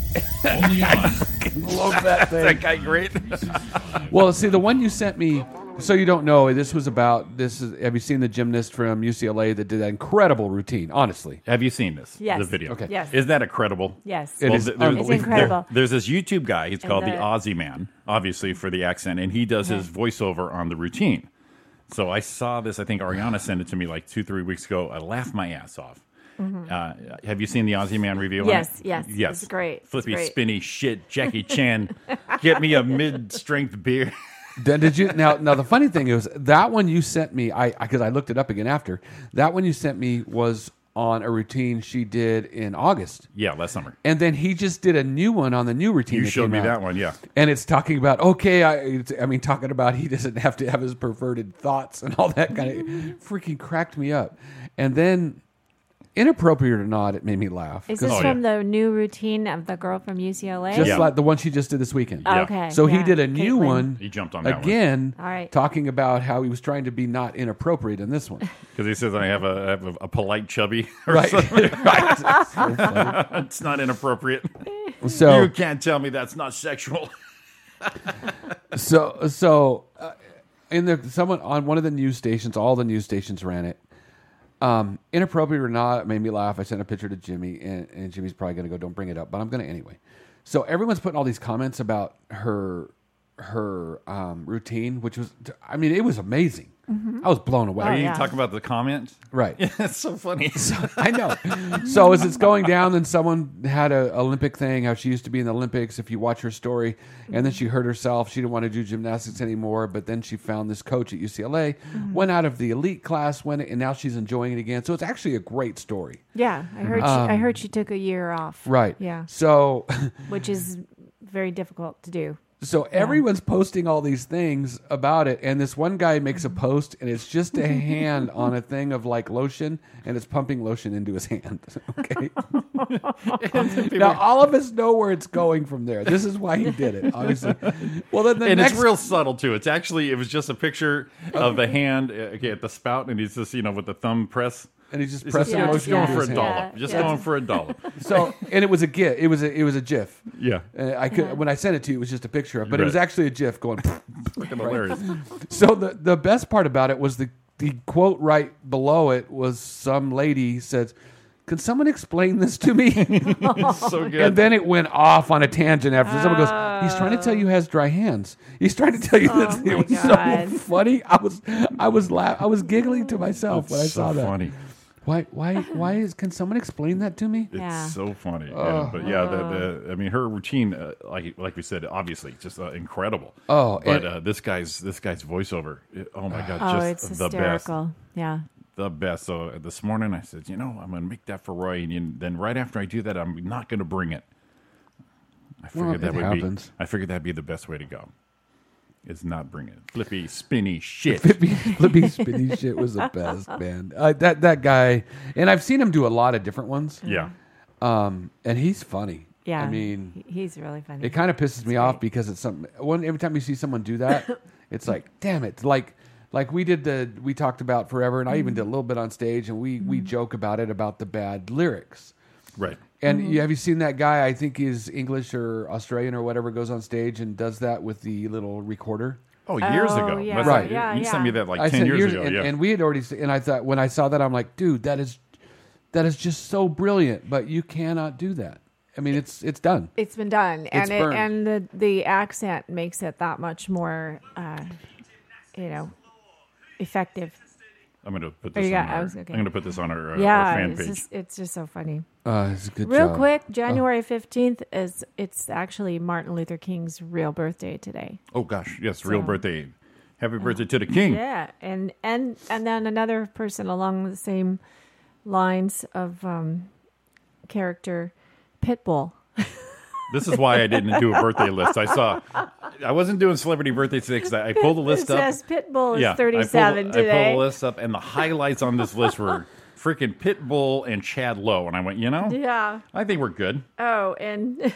G: Well, see, the one you sent me So you don't know this was about this is have you seen the gymnast from UCLA that did that incredible routine? Honestly,
A: [LAUGHS] Have you seen this?
H: Yes.
A: The video.
G: Okay.
H: Yes.
A: Is that a credible?
H: Yes.
G: It is
A: th-
G: It's
H: incredible.
A: there's this YouTube guy. He's called the,
H: the-
A: Aussie Man, obviously for the accent, and he does his voiceover on the routine. So I saw this. I think Ariana sent it to me like two, three weeks ago. I laughed my ass off. Uh, have you seen the Aussie Man review? on
H: Mm-hmm. Yes,
A: it?
H: yes.
A: yes.
H: It's great. It's
A: Flippy,
H: great.
A: spinny shit,
H: [LAUGHS]
A: Jackie Chan. Get me a mid-strength beer. [LAUGHS]
G: Then did you now? Now the funny thing is that one you sent me. I because I, looked it up again after that one you sent me was on a routine she did in August,
A: yeah, last summer.
G: and then he just did a new one on the new routine.
A: You
G: that
A: showed
G: came
A: me
G: out.
A: that one. Yeah.
G: and it's talking about okay. I it's, I mean talking about he doesn't have to have his perverted thoughts and all that kind of
H: Mm-hmm.
G: freaking cracked me up, and then. Inappropriate or not, it made me laugh.
H: Is
G: 'Cause
H: this
A: Oh,
H: from the new routine of the girl from UCLA?
G: just
A: Yeah.
G: like the one she just did this weekend.
A: Yeah.
H: Okay.
G: So he
H: yeah,
G: did a new
H: Caitlin.
G: one.
A: He jumped on that one.
G: again,
H: All right.
G: talking about how he was trying to be not inappropriate in this one.
A: Because he says I have a, I have a, a polite chubby. [LAUGHS] Or
G: right,
A: something.
G: right.
A: it's not inappropriate.
G: [LAUGHS] So,
A: You can't tell me that's not sexual.
G: so, so, uh, in the someone on one of the news stations, all the news stations ran it. Um, inappropriate or not, it made me laugh. I sent a picture to Jimmy, and, and Jimmy's probably going to go, "Don't bring it up," but I'm going to anyway. So everyone's putting all these comments about her her um, routine, which was, I mean, it was amazing. I was blown
A: [LAUGHS]
G: away.
A: Are you talking about the [LAUGHS] comment?
G: Right.
A: That's so funny.
G: I know. So as it's going down, then someone had a Olympic thing. How she used to be in the Olympics. If you watch her story, and then she hurt herself. She didn't want to do gymnastics anymore. But then she found this coach at UCLA. Went out of the elite class. Went and now she's enjoying it again. So it's actually a great story.
H: Yeah, I heard. she, I heard she took a year off.
G: Um, Right.
H: Yeah,
G: So [LAUGHS]
H: which is very difficult to do.
G: So everyone's posting all these things about it, and this one guy makes a
A: Mm-hmm.
G: post, and it's
A: [LAUGHS]
G: just a hand on a thing of like lotion, and it's pumping lotion into his hand. [LAUGHS]
A: [LAUGHS]
G: Okay. now all of us know where it's going from there. This is why he did it, obviously. Well, then the
A: and
G: next Oh.
A: it's real subtle too. It's actually it was just a picture of the hand uh, okay, at the spout, and he's just you know with the thumb press.
G: and he just
A: He's
G: pressed
A: just,
G: the
H: yeah,
A: just
G: lotion
A: going
G: into
A: for a
G: his hand.
A: dollop.
H: Yeah,
A: Just
H: yeah.
A: going for a dollop.
G: [LAUGHS] So, and it was a gif. It was a it was a gif.
A: Yeah,
G: Uh, I could when I sent it to you, it was just a picture, of, but it was
A: Right.
G: actually a gif going. [LAUGHS]
A: freaking hilarious.
G: So the the best part about it was the the quote right below it was some lady says, "Can someone explain this to me?"
A: It's so good.
G: and then it went off on a tangent after someone goes, "He's trying to tell you he has dry hands. He's trying to tell you this."
H: my
G: It was
H: God.
G: so funny. I was I was la- I was giggling to myself when I
A: so
G: saw that.
A: funny.
G: Why why why is can someone explain that
A: [LAUGHS]
G: to me?
A: It's
H: Yeah. Oh.
A: so funny.
G: Oh.
A: Yeah, but yeah, the, the, I mean, her routine, uh, like like we said, obviously just uh, incredible.
G: Oh,
A: but
G: and-
A: uh, this guy's this guy's voiceover. it- oh my god,
H: Oh,
A: just
H: it's
A: the best.
H: hysterical. Yeah.
A: the best. So uh, this morning I said, you know, I'm going to make that for Roy, and you- then right after I do that, I'm not going to bring it. I figured
G: Well,
A: that
G: it
A: would
G: happens.
A: be. I figured that'd be the best way to go. Is not bring it. Flippy, spinny shit.
G: Flippy Spinny shit was the best, man. Uh, that that guy, and I've seen him do a lot of different ones.
A: yeah,
G: Um, and he's funny.
H: Yeah.
G: I mean,
H: he- he's really funny.
G: It kind of pisses me off because it's something. One every time you see someone do
H: [COUGHS]
G: that, it's like, damn it! Like, like we did the we talked about forever, and I
H: Mm-hmm.
G: even did a little bit on stage, and we we joke about it about the bad lyrics.
A: right.
G: And
H: Mm-hmm.
G: you, have you seen that guy? I think is English or Australian or whatever goes on stage and does that with the little recorder.
A: Oh, years
H: Oh,
A: ago.
H: yeah.
A: That's
G: Right.
A: like-
H: Yeah,
A: you sent
H: yeah.
A: me that like
G: I
A: ten
G: said
A: years,
G: years-
A: ago.
G: and,
A: yeah.
G: and we had already. se- And I thought when I saw that, I'm like, dude, that is that is just so brilliant. But you cannot do that. I mean, it's it's done.
H: it's been done,
G: It's
H: and it,
G: burned.
H: and the the accent makes it that much more, uh, you know, effective.
A: I'm going to put
H: Oh,
A: this.
H: you
A: on
H: got- I
A: our,
H: was- okay.
A: I'm going to put this on our, uh, our
H: yeah,
A: fan
H: it's
A: page.
H: just it's just so funny.
G: Uh, it's a good
H: Real
G: job.
H: quick, January fifteenth is it's actually Martin Luther King's real birthday today.
A: oh gosh, yes, real
H: So-
A: birthday. Happy birthday to the king.
H: Yeah, and and and then another person along the same lines of um, character, Pitbull.
A: This is why I didn't do a birthday list. I saw, I wasn't doing celebrity birthdays today 'cause I, I pulled the list
H: [LAUGHS] it
A: up.
H: says Pitbull is
A: yeah, I
H: thirty-seven
A: pulled, I
H: today.
A: pulled the list up, and the highlights on this list
H: [LAUGHS]
A: were freaking Pitbull and Chad Lowe. And I went, you know,
H: yeah.
A: I think we're good.
H: Oh, and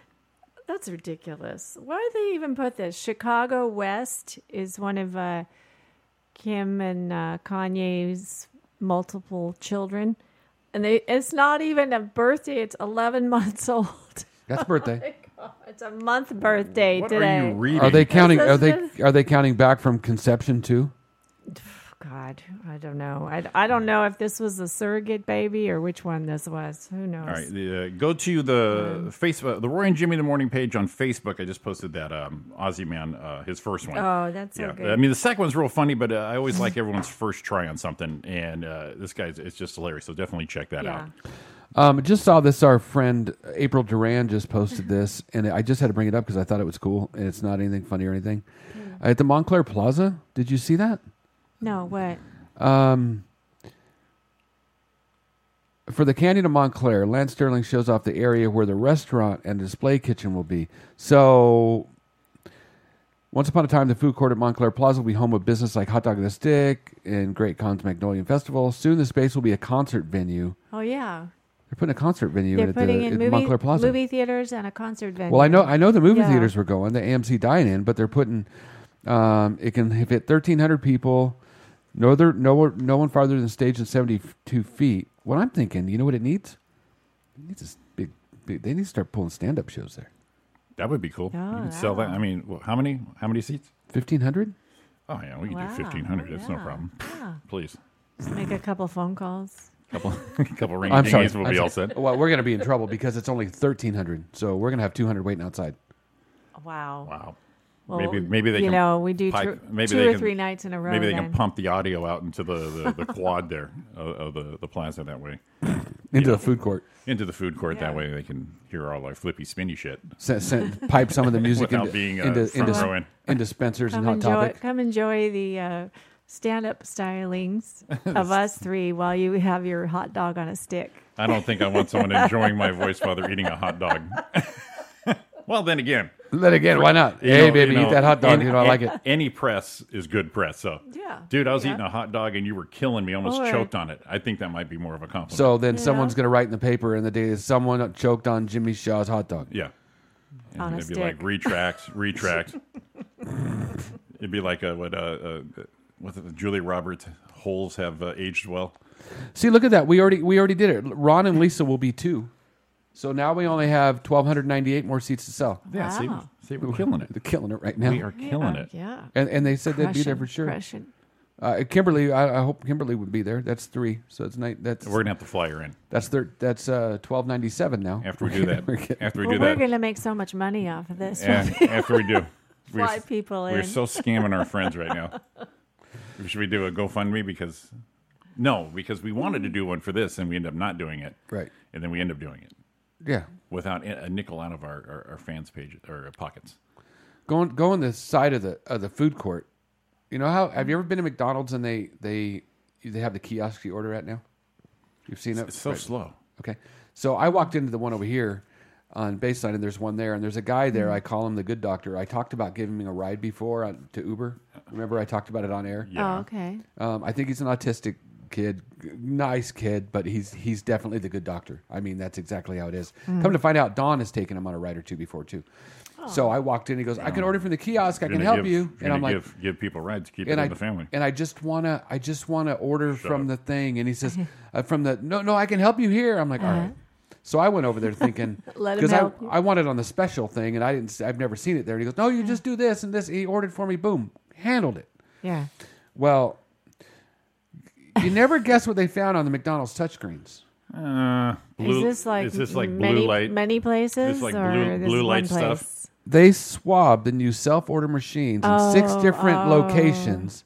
H: [LAUGHS] that's ridiculous. Why do they even put this? Chicago West is one of uh, Kim and uh, Kanye's multiple children, and they it's not even a birthday. It's eleven [LAUGHS] months old.
G: That's birthday.
H: It's a month birthday
A: What
H: today.
A: are you reading?
G: Are they counting? Are they
H: This
G: are they counting back from conception too?
H: God, I don't know. I, I don't know if this was a surrogate baby or which one this was. Who knows?
A: All right, the, uh, go to the Facebook, the Roy and Jimmy in the Morning page on Facebook. I just posted that um, Aussie man, uh, his first one.
H: Oh, that's so
A: yeah.
H: good.
A: I mean, the second one's real funny, but uh, I always like everyone's first try on something, and uh, this guy's it's just hilarious. So definitely check that
H: yeah.
A: out.
G: Um, just saw this. Our friend April Duran just posted this, and I just had to bring it up because I thought it was cool. And it's not anything funny or anything. At the Montclair Plaza, did you see that?
H: No, what?
G: For the Canyon of Montclair, Lance Sterling shows off the area where the restaurant and display kitchen will be. So, once upon a time, the food court at Montclair Plaza will be home of business like Hot Dog and the Stick and Great Cons Magnolian Festival. Soon, the space will be a concert venue.
H: Oh yeah,
G: They're putting a concert venue in
H: they're
G: at the
H: putting
G: at
H: in movie,
G: Montclair Plaza.
H: movie theaters and a concert venue.
G: Well, I know I know the movie
H: Yeah.
G: theaters were going, the AMC dine-in, but they're putting um, it can fit thirteen hundred people. No other, no no one farther than stage than seventy two feet. What I'm thinking, you know what it needs? It needs this big, big. They need to start pulling stand up shows there.
A: That would be cool.
H: Oh,
A: you can sell that. I mean, wh- how many how many seats?
G: Fifteen hundred.
A: Oh yeah, we can
H: Wow.
A: do fifteen hundred. That's no
H: Yeah.
A: problem.
H: Yeah.
A: [LAUGHS] Please,
H: Just make a couple phone calls.
A: couple [LAUGHS] couple ring
G: I'm sorry.
A: will
G: I'm
A: be all
G: sorry.
A: set.
G: Well, we're gonna be in trouble because it's only thirteen hundred. So we're gonna have two hundred waiting outside.
H: Wow.
A: Wow.
H: Well,
A: maybe maybe they
H: you
A: can
H: know we do
A: pipe-
H: tr-
A: maybe
H: two
A: they
H: or
A: can-
H: three nights in a row.
A: Maybe they
H: then.
A: can pump the audio out into the,
H: [LAUGHS]
A: the, the quad there uh, of, of the, the plaza that way.
G: Into the food court,
A: Into the food court that way they can hear all our flippy spinny shit.
G: send, send, pipe some
A: [LAUGHS]
G: of the music
A: Without
G: into,
A: being, uh,
G: into,
A: front row
G: into,
A: in.
G: into Spencer's
H: come
G: and Hot
H: enjoy
G: Topic.
H: come enjoy the uh, stand
A: [LAUGHS]
H: up stylings of us three while you have your hot dog on a stick.
A: I don't think I want
H: [LAUGHS]
A: someone enjoying my voice while they're eating a hot dog. [LAUGHS] well, then again,
G: Then again, why not?
A: you
G: hey,
A: know-
G: baby,
A: you know,
G: eat that hot dog.
A: any-
G: you know, I like
A: [LAUGHS]
G: it.
A: Any press is good press. So,
H: Yeah.
A: dude, I was
H: Yeah.
A: eating a hot dog and you were killing me, almost
H: Or-
A: choked on it. I think that might be more of a compliment.
G: So then someone's going to write in the paper in the day that someone choked on Jimmy Shaw's hot dog.
A: yeah, And
H: On a
A: it'd be like
H: stick. [LAUGHS]
A: retract, retract. it'd be like uh what uh, uh, what the Julie Roberts holes have uh, aged well.
G: See, look at that. We already we already did it. Ron and Lisa will be two. So now we only have 1,298 more seats to sell.
A: Yeah,
H: Wow.
A: see, see, we're killing it.
G: They're killing it right now.
A: We are killing
H: Oh,
A: it.
H: Yeah.
G: and, and they said they'd be there
H: Crushing,
G: for sure.
H: crushing.
G: Uh, Kimberly, I, I hope Kimberly would be there. That's three. So it's night. That's
A: We're gonna have to fly her in
G: that's thir- that's uh, 1,297 now.
A: after [LAUGHS] we do
G: [LAUGHS] We're
A: that.
G: getting-
A: after we
H: Well,
A: do
H: we're
A: that, [LAUGHS]
H: going to make so much money off of this. [LAUGHS]
A: Yeah, after we do.
H: Fly
A: We're-
H: people
A: We're
H: in.
A: so scamming our friends right
H: [LAUGHS]
A: now. Should we do a GoFundMe? Because no, because we wanted to
H: Mm-hmm.
A: do one for this and we end up not doing it.
G: Right.
A: And then we end up doing it
G: yeah.
A: without a a nickel out of our, our, our fans' page or pockets.
G: go on, go on the side of the of the food court. You know how have you ever been to McDonald's and they they they have the kiosk you order at now? You've seen it.
A: It's so
G: Right.
A: slow.
G: Okay, so I walked into the one over here on Baseline, and there's one there, and there's a guy there.
A: Mm-hmm.
G: I call him the good doctor. I talked about giving him a ride before on, to Uber. Remember, I talked about it on air.
H: Oh, okay.
G: Um, I think he's an autistic kid, g- nice kid, but he's he's definitely the good doctor. I mean, that's exactly how it is.
H: Hmm.
G: Come to find out, Dawn has taken him on a ride or two before too.
H: Oh.
G: So I walked in. He goes, "I can order from the kiosk. I
A: You're
G: can
A: gonna
G: help
A: give-
G: you."
A: you're
G: And
A: gonna
G: I'm like,
A: give, give people rides, keep it
G: and
A: in
G: I
A: the family.
G: and I just wanna I just wanna order from
A: up.
G: the thing. And he
H: [LAUGHS]
G: says, uh, "From the no no, I can help you here." I'm like, "All right." So I went over there thinking
H: Uh-huh. [LAUGHS] Let him
G: because I
H: help you.
G: I wanted on the special thing, and I didn't s- I've never seen it there. And he goes, "No, you just do this and this." He ordered for me. Boom, handled it.
H: Yeah.
G: Well, you never guess what they found on the McDonald's touchscreens.
A: uh, blue,
H: is this like,
A: is this like
H: many,
A: blue light?
H: many places?
A: It's like
H: or
A: blue-
H: this
A: blue
H: is one
A: light stuff.
H: place?
G: They swabbed the new self order machines in six
H: Oh,
G: different
H: oh.
G: locations.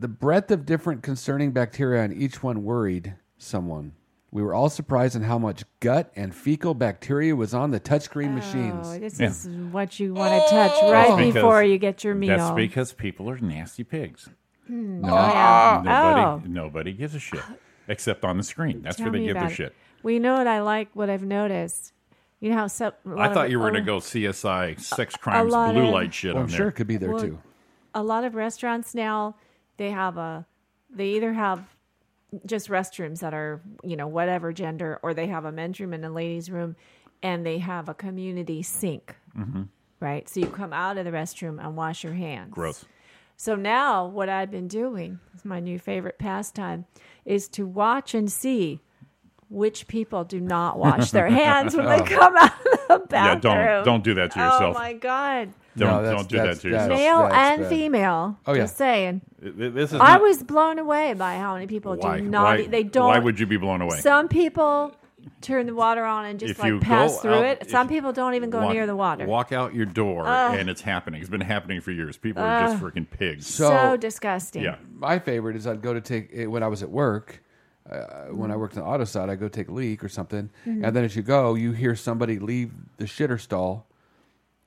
G: The breadth of different concerning bacteria on each one worried someone. We were all surprised on how much gut and fecal bacteria was on the touchscreen
H: Oh,
G: machines.
H: this
A: Yeah.
H: is what you want to touch right
A: That's because-
H: before you get your meal.
A: That's because people are nasty pigs.
H: Oh, yeah.
A: Nobody,
H: Oh.
A: nobody gives a shit except on the screen. That's where
H: Tell
A: they
H: me
A: give their
H: about it.
A: shit.
H: Well, you know what I like, what I've noticed. You know how so, a lot
A: I
H: of-
A: thought you were
H: oh,
A: going to go CSI, sex crimes,
H: lot
A: blue
H: of- Oh,
A: light shit
G: Well,
A: on
G: I'm sure
A: there.
G: it could be there
H: Well,
G: too.
H: a lot of restaurants now they have a they either have just restrooms that are you know whatever gender or they have a men's room and a ladies room and they have a community sink
A: Mm-hmm.
H: right so you come out of the restroom and wash your hands
A: Gross.
H: so now what i've been doing is my new favorite pastime is to watch and see which people do not
A: [LAUGHS]
H: wash their hands when they come out of the
A: Oh. Yeah,
H: bathroom.
A: don't don't do that to yourself.
H: Oh my god.
A: Don't
G: No, that's-
A: don't do
G: that's-
A: that to yourself.
G: that's-
H: Male
G: that's
H: and
G: bad.
H: female.
G: Oh, yeah.
H: Just saying.
A: Th- This is
H: I
A: not-
H: was blown away by how many people
A: why,
H: do not.
A: why-
H: they don't.
A: Why would you be blown away?
H: Some people turn the water on and just
A: If you
H: like pass
A: go
H: through
A: out-
H: it.
A: if
H: Some
A: you
H: people don't even go
A: walk,
H: near the water.
A: Walk out your door, and it's happening. It's been happening for years. People are just freaking pigs.
H: so,
G: So-
H: disgusting.
A: yeah,
G: my favorite is I'd go to take eh, when I was at work. Uh, when I worked on the auto side, I would go take a leak or something, and then as you go, you hear somebody leave the shitter stall,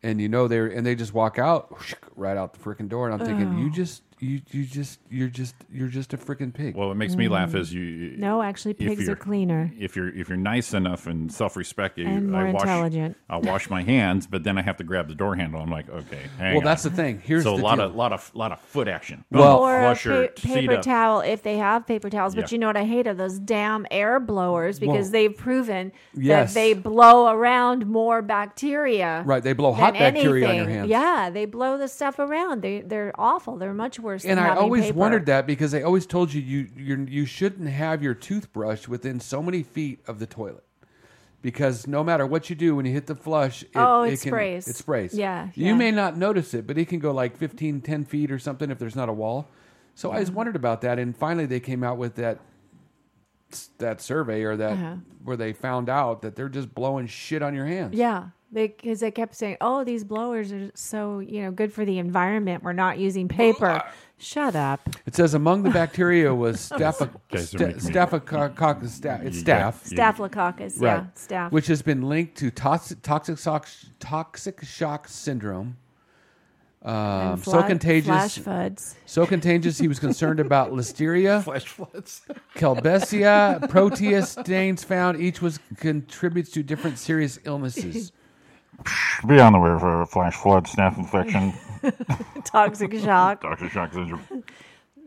G: and you know they're and they just walk out right out the freaking door, and I'm thinking, you just you you just you're just you're just a freaking pig.
A: Well, what makes me laugh is you.
H: Mm. No, actually,
A: if
H: pigs are
A: you're-
H: cleaner.
A: If you're if you're nice enough and self-respecting,
H: And more
A: I wash,
H: intelligent.
A: I wash my hands, but then I have to grab the door handle. I'm like, okay, hang
G: Well,
A: on.
G: that's the thing. Here's
A: so
G: the
A: a lot
G: deal.
A: of lot of lot of foot action.
G: Well-
A: Bump,
H: or a
A: flush your
H: pa-
A: seat
H: paper
A: up.
H: towel if they have paper towels. But
A: Yeah.
H: you know what I hate are those damn air blowers because
G: Well,
H: they've proven
G: yes.
H: that they blow around more bacteria.
G: Right, they blow
H: than
G: hot bacteria on your
H: anything.
G: hands.
H: Yeah, they blow the stuff around. They they're awful. They're much worse.
G: and
H: than
G: I
H: having
G: always
H: paper.
G: wondered that because they always told you you you you shouldn't have your toothbrush within so many feet of the toilet. Because no matter what you do, when you hit the flush, it,
H: Oh, it
G: can-
H: sprays.
G: It sprays.
H: Yeah,
G: You
H: yeah.
G: may not notice it, but it can go like 15, 10 feet or something if there's not a wall. So I just wondered about that. And finally, they came out with that that survey or that
H: Uh-huh.
G: where they found out that they're just blowing shit on your hands.
H: Yeah, because they kept saying, "Oh, these blowers are so you know good for the environment. We're not using paper." Shut up.
G: It says among the bacteria was
H: [LAUGHS] Oh,
G: staphylococcus.
A: Guys, don't make me-
G: Staphylococcus. sta- It's
A: Yeah.
G: staph.
H: Staphylococcus. Yeah, staph.
G: Which has been linked to toxic toxic shock, toxic shock syndrome.
H: And
G: Um, so
H: fla-
G: contagious,
H: Flash fuds.
G: so contagious. He was concerned
H: [LAUGHS]
G: about listeria,
A: Flash floods.
G: calbesia, proteus stains found. Each was contributes to different serious illnesses.
A: Be on the way for flash flood, staph infection,
H: Toxic
A: [LAUGHS]
H: shock.
A: Doctor Shock syndrome.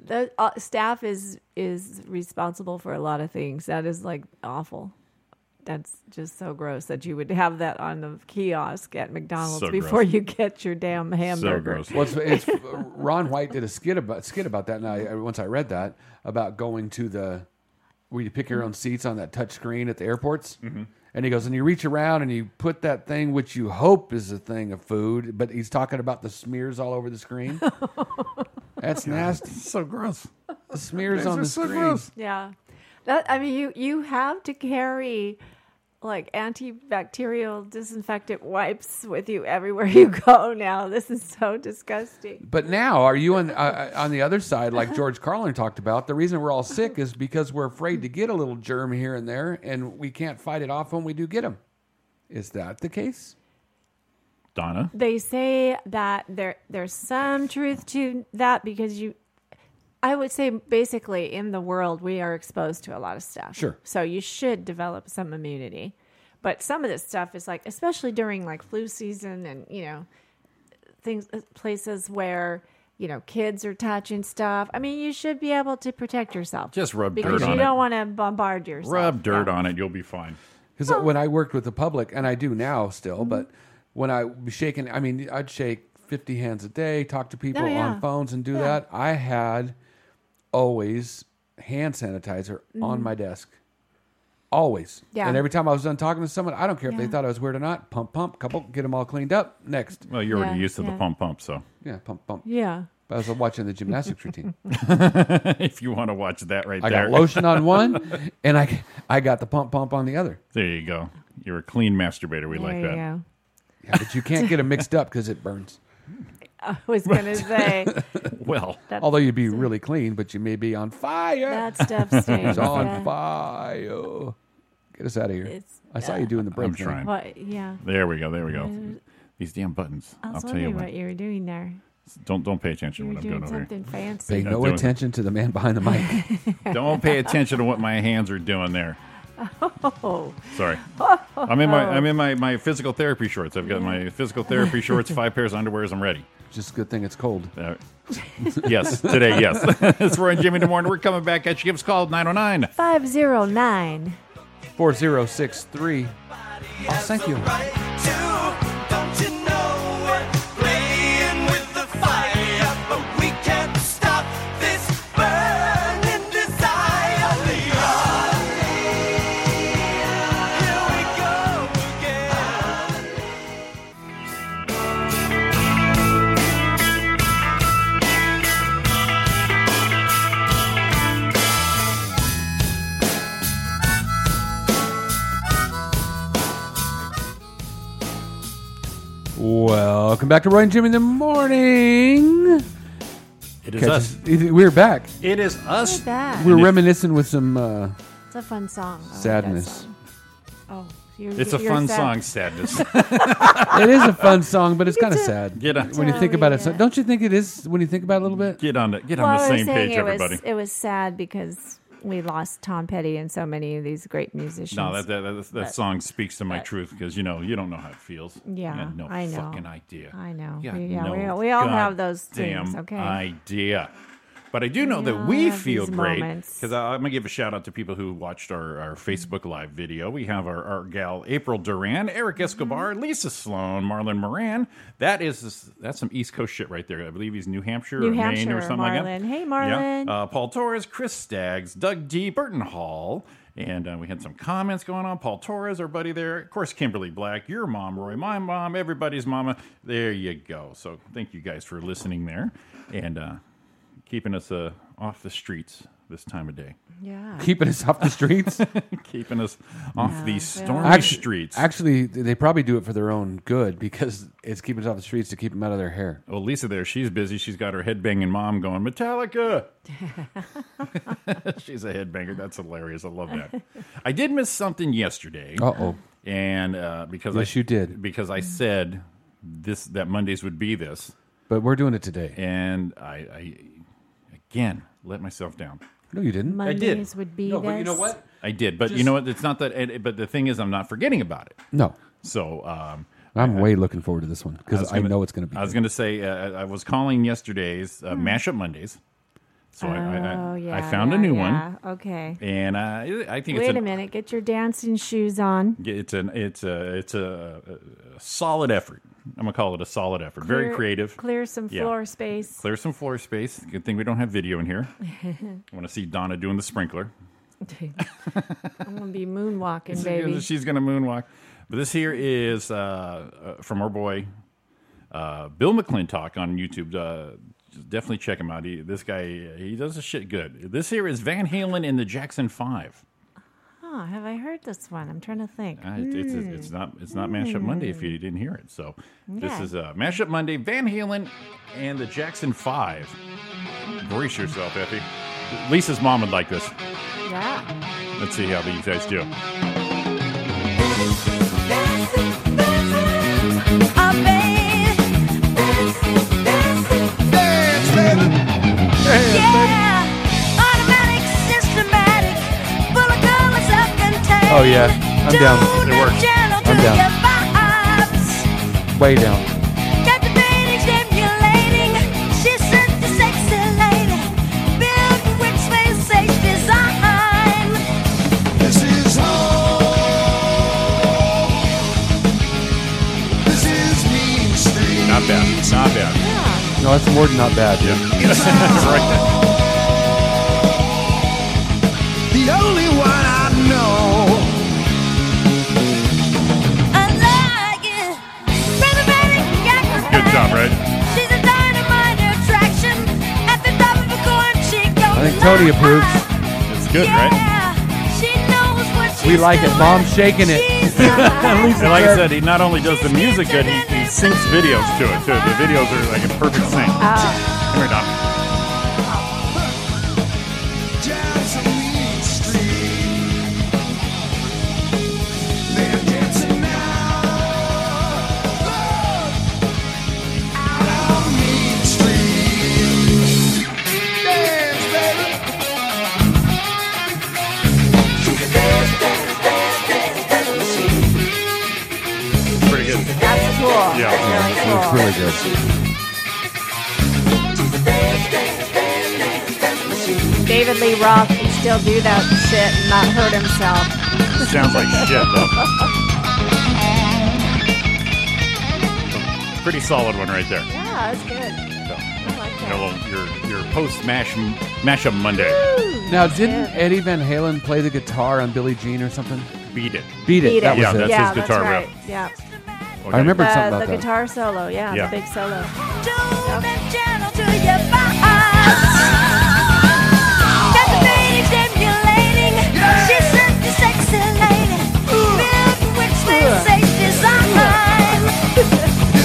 H: the uh, staff is is responsible for a lot of things. That is like awful. That's just so gross that you would have that on the kiosk at McDonald's
A: So
H: before
A: gross.
H: you get your damn
A: So
H: hamburger.
A: gross.
G: Well, it's, it's Ron White did a skit about skit about that, and I I- once I read that about going to the where you pick your own seats on that touch screen at the airports.
A: Mm-hmm.
G: And he goes, and you reach around and you put that thing which you hope is a thing of food, but he's talking about the smears all over
A: [LAUGHS]
G: the screen. That's nasty.
A: so gross.
G: The smears
A: Things
G: on
A: are
G: the
A: so
G: screen.
A: gross.
H: Yeah, that I mean, you you have to carry like antibacterial disinfectant wipes with you everywhere you go now. This is so disgusting.
G: But now, are you on uh, on the other side, like George Carlin talked about? The reason we're all sick is because we're afraid to get a little germ here and there, and we can't fight it off when we do get them. Is that the case?
A: Donna,
H: They say that there there's some truth to that because you I would say basically in the world we are exposed to a lot of stuff.
G: Sure.
H: So you should develop some immunity. But some of this stuff is like especially during like flu season and you know things uh, places where you know kids are touching stuff. I mean, you should be able to protect yourself.
A: Just rub dirt
H: because you
A: on it.
H: don't want to bombard yourself.
A: rub dirt
H: Yeah.
A: on it. You'll be fine.
G: Because uh, when I worked with the public, and I do now still, but
H: Mm-hmm.
G: when I was shaking, I mean, I'd shake 50 hands a day, talk to people
H: Oh, yeah.
G: on phones, and do
H: Yeah.
G: that. I had always hand sanitizer on my desk. Always.
H: Mm-hmm. Yeah.
G: And every time I was done talking to someone, I don't care if they
H: Yeah.
G: thought I was weird or not, pump, pump, couple, get them all cleaned up. Next.
A: Well, you're already
H: Yeah,
A: used to
H: yeah.
A: the pump pump, so
G: Yeah, pump, pump.
H: Yeah.
G: But I was watching the
A: [LAUGHS]
G: gymnastics routine.
A: if you want to watch that right
G: I
A: there,
G: got lotion
A: [LAUGHS]
G: on one, and I, I got the pump, pump on the other.
A: there you go. You're a clean masturbator. We
H: There
A: like
H: you
A: that.
H: go. [LAUGHS]
G: Yeah, but you can't get them mixed up because it burns.
H: I was gonna say
A: Well,
G: Although you'd be really clean, but you may be on fire.
A: [LAUGHS]
H: that stuff stinks.
G: It's on
H: Yeah.
G: fire. Get us out of here.
H: It's-
G: I saw you doing the break.
A: I'm
G: thing.
A: trying.
H: But yeah.
A: There we go. There we go. These damn buttons.
H: I
A: I'll
H: was
A: tell you
H: wondering
A: what.
H: what you were doing there.
A: Don't don't pay attention
H: You
A: to
H: were
A: what I'm doing
H: doing
A: over
H: something fancy.
G: Pay
A: Not
G: no
A: doing it.
G: attention to the man behind the
H: [LAUGHS]
G: mic.
A: here. Don't pay attention to what my hands are doing there.
H: Oh, [LAUGHS]
A: Sorry. I'm in my I'm in my, my physical therapy shorts. I've got my physical therapy shorts, five pairs of underwears. I'm ready.
G: Just a good thing it's cold.
H: [LAUGHS]
A: Uh, yes, today, yes. [LAUGHS] it's Roy and Jimmy in the morning. We're coming back at you. Give us a call oh at 909.
H: 509.
G: 4063. Oh, thank you.
F: Don't you know we're playing with the fire, but we can't stop this burning desire. Leon,
G: Welcome back to Roy and Jimmy in the morning.
A: It is
G: Catch
A: us.
G: us- We're back.
A: It is us.
H: Look at that.
G: We're reminiscing with some uh,
H: It's a fun song. I like that
G: Sadness.
H: song. Oh, you're,
A: It's a
H: you're
A: fun
H: sad.
A: song,
H: [LAUGHS]
A: sadness.
G: it is a fun song, but it's kind of
H: too. Oh,
G: sad.
A: Get on,
G: When you think about it, so,
H: Yeah.
G: don't you think it is? When you think about it a little bit,
A: get on the get
H: Well,
A: on
H: I
A: the
H: was
A: same
H: saying
A: page,
H: it was,
A: everybody.
H: It was sad because we lost Tom Petty and so many of these great musicians.
A: No, that that, that, that song speaks to my truth because you know you don't know how it feels.
H: Yeah,
A: you had no
H: I know.
A: fucking idea.
H: I know.
A: You had
H: We- yeah, we-
A: no
H: we all have those
A: goddamn
H: things, okay.
A: idea. But I do know
H: We
A: that
H: all
A: we
H: have
A: feel
H: these
A: great
H: moments.
A: because I'm gonna give a shout out to people who watched our, our Facebook Live video. We have our, our gal April Duran, Eric
H: Mm-hmm.
A: Escobar, Lisa Sloan, Marlon Moran. That is that's some East Coast shit right there. I believe he's New Hampshire
H: New
A: or Maine
H: Hampshire,
A: or something like that.
H: Marlon. Hey,
A: Yeah.
H: Marlon.
A: Uh, Paul Torres, Chris Staggs, Doug D, Burton Hall. And uh, we had some comments going on. Paul Torres, our buddy there. Of course, Kimberly Black, your mom, Roy, my mom, everybody's mama. There you go. So thank you guys for listening there and uh, keeping us uh, off the streets this time of day. [LAUGHS]
H: yeah.
G: keeping us off the streets.
A: Keeping us off these stormy
G: Actu-
A: streets.
G: Actually, they probably do it for their own good because it's keeping us off the streets to keep them out of their hair.
A: well, Lisa there, she's busy. She's got her headbanging mom going, Metallica. [LAUGHS] she's a headbanger. That's hilarious. I love that. I did miss something yesterday.
G: Uh oh.
A: and uh, because
G: Yes,
A: I,
G: you did.
A: because I said this that Mondays would be this,
G: But we're doing it today.
A: and I, I again let myself down.
G: No, you didn't.
H: Mondays
A: did.
H: would be this.
A: I did, but you know what? It's not that. and- But the thing is, I'm not forgetting about it.
G: No,
A: So um,
G: I'm way looking forward to this one because
A: was
G: I
A: gonna-
G: know it's going to be.
A: I was
G: good.
A: going to say uh, I I was calling yesterday's uh, mashup Mondays. So I, I,
H: Hmm. Oh,
A: I,
H: yeah.
A: I found
H: yeah,
A: a new one,
H: yeah. Okay.
A: and I, I think
H: Wait
A: it's
H: a
A: an,
H: minute. Get your dancing shoes on.
A: It's an it's a it's a, a solid effort. I'm gonna call it a solid effort. Very
H: Clear-
A: creative.
H: Clear some
A: Yeah.
H: floor space. [LAUGHS]
A: Clear some floor space. Good thing we don't have video in here. I want to see Donna doing the sprinkler.
H: I'm gonna be moonwalking, baby.
A: She's going to moonwalk. But this here is uh, uh, from our boy uh, Bill McClintock on YouTube. Uh, definitely check him out. He, this guy, he does the shit good. This here is Van Halen and the Jackson Five.
H: Oh, have I heard this one? I'm trying to think.
A: Uh, it's, it's, it's not it's not Mashup Monday if you didn't hear it. So this
H: Okay.
A: is uh, Mashup Monday, Van Halen and the Jackson Five. Brace yourself, Effie. Lisa's mom would like this.
H: Yeah.
A: Let's see how these guys do.
G: Oh yeah, I'm down,
A: It works.
G: I'm down, way down.
F: This is home. This is Mean Street.
A: Not bad. Not bad.
G: No, that's more than not bad.
A: [LAUGHS]
F: The only one I know.
A: Good job, right?
E: She's a dynamite attraction at the top of a corn. She goes.
G: I think Tony approves.
A: It's good, right?
E: Yeah, she knows what she's
G: We like it.
E: doing.
G: Mom's shaking it.
E: She's alive.
A: And like I said, he not only does the music good, he, he syncs videos to it too. The videos are like a perfect sync.
H: Ah.
A: Come here, Donna.
F: Jazz on Mean Street. They're dancing now. Look. Out on Mean Street. Dance, baby.
A: Pretty good.
H: That's cool.
A: Yeah.
H: That's really cool.
A: [LAUGHS]
G: It's really good.
H: David Lee Roth can still do that shit and not hurt himself.
A: Sounds like shit though. Pretty solid one right there.
H: Yeah, that's good.
A: So,
H: I like
A: you
H: that.
A: know, your your post mash mashup Monday.
G: Now, didn't Eddie Van Halen play the guitar on Billie Jean or something?
A: Beat it.
G: Beat it.
H: Beat
G: That
H: it.
A: Yeah,
G: was it.
A: that's
H: yeah,
A: his guitar
H: that's
A: riff.
H: right. Yeah.
A: Okay.
G: I remember something
H: The,
G: about
H: the
G: that.
H: guitar solo. Yeah,
A: Yeah.
H: the big solo.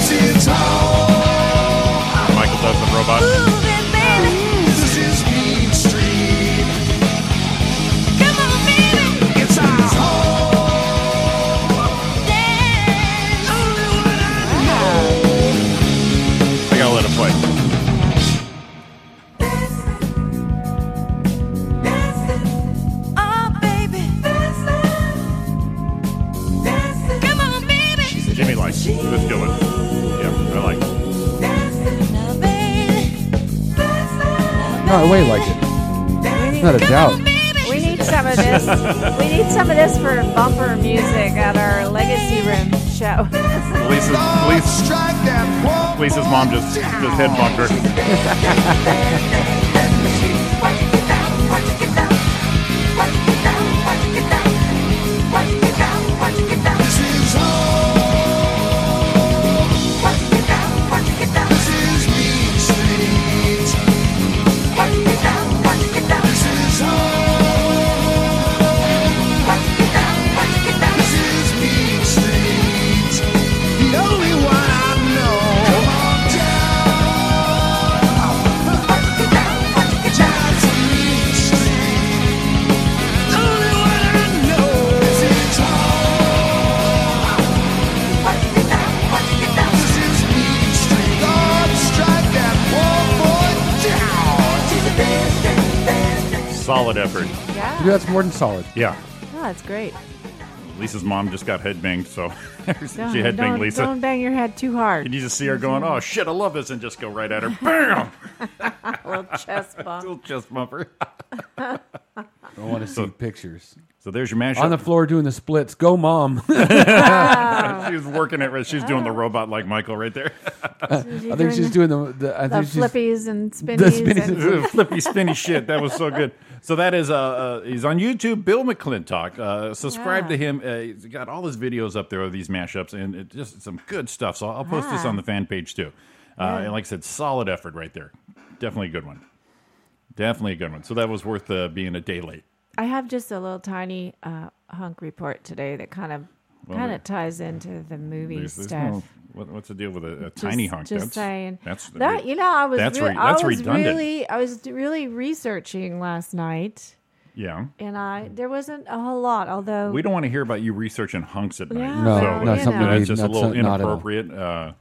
F: This
G: away like it. Not a doubt.
H: We need some of this. we need some of this for bumper music at our Legacy Room show.
A: Lisa's, Lisa, Lisa's mom just just head bumped her. Solid effort.
H: Yeah.
G: Dude, that's more than solid.
A: Yeah.
H: Oh, that's great.
A: Lisa's mom just got headbanged, so [LAUGHS]
H: Don't,
A: she headbanged
H: don't,
A: Lisa.
H: don't bang your head too
A: [LAUGHS]
H: hard.
A: And you just see her going, "Oh shit, I love this," and just go right at
H: [LAUGHS]
A: her. Bam!
H: Little chest bump.
A: Little chest bumper.
G: I want to see pictures.
A: So there's your mashup.
G: On the floor doing the splits. Go, mom. I
A: she's working it. right- She's doing the robot like Michael right there.
G: think she's doing the. the I
H: the
G: think she's,
H: flippies and spinnies.
A: [LAUGHS]
G: the spinny-
H: and-
A: Ooh, Flippy spinny shit. That was so good. So that is uh, uh he's on YouTube. Bill McClintock. Uh, subscribe
H: Yeah.
A: to him. Uh, he's got all his videos up there of these mashups and it just some good stuff. So I'll post this
H: Ah.
A: on the fan page too. Uh, And like I said, solid effort right there. Definitely a good one. Definitely a good one. So that was worth uh, being a day late.
H: I have just a little tiny uh, hunk report today that kind of kind
A: there-
H: of ties into the movie
A: There's- there's
H: stuff.
A: no- what- what's the deal with a, a tiny
H: Just-
A: hunk?
H: Just
A: that's,
H: saying.
A: That's
H: that. You know, I was
A: that's
H: re-
A: re- that's
H: I was
A: redundant.
H: really I was really researching last night,
A: yeah.
H: and I there wasn't a whole lot. Although
A: Mm. We don't want to hear about you researching hunks at night.
H: Yeah,
G: No,
H: well,
G: not
H: you
G: something
H: know.
A: that's
G: we-
A: just
G: not
A: a little
G: some- not at all.
A: inappropriate. Uh,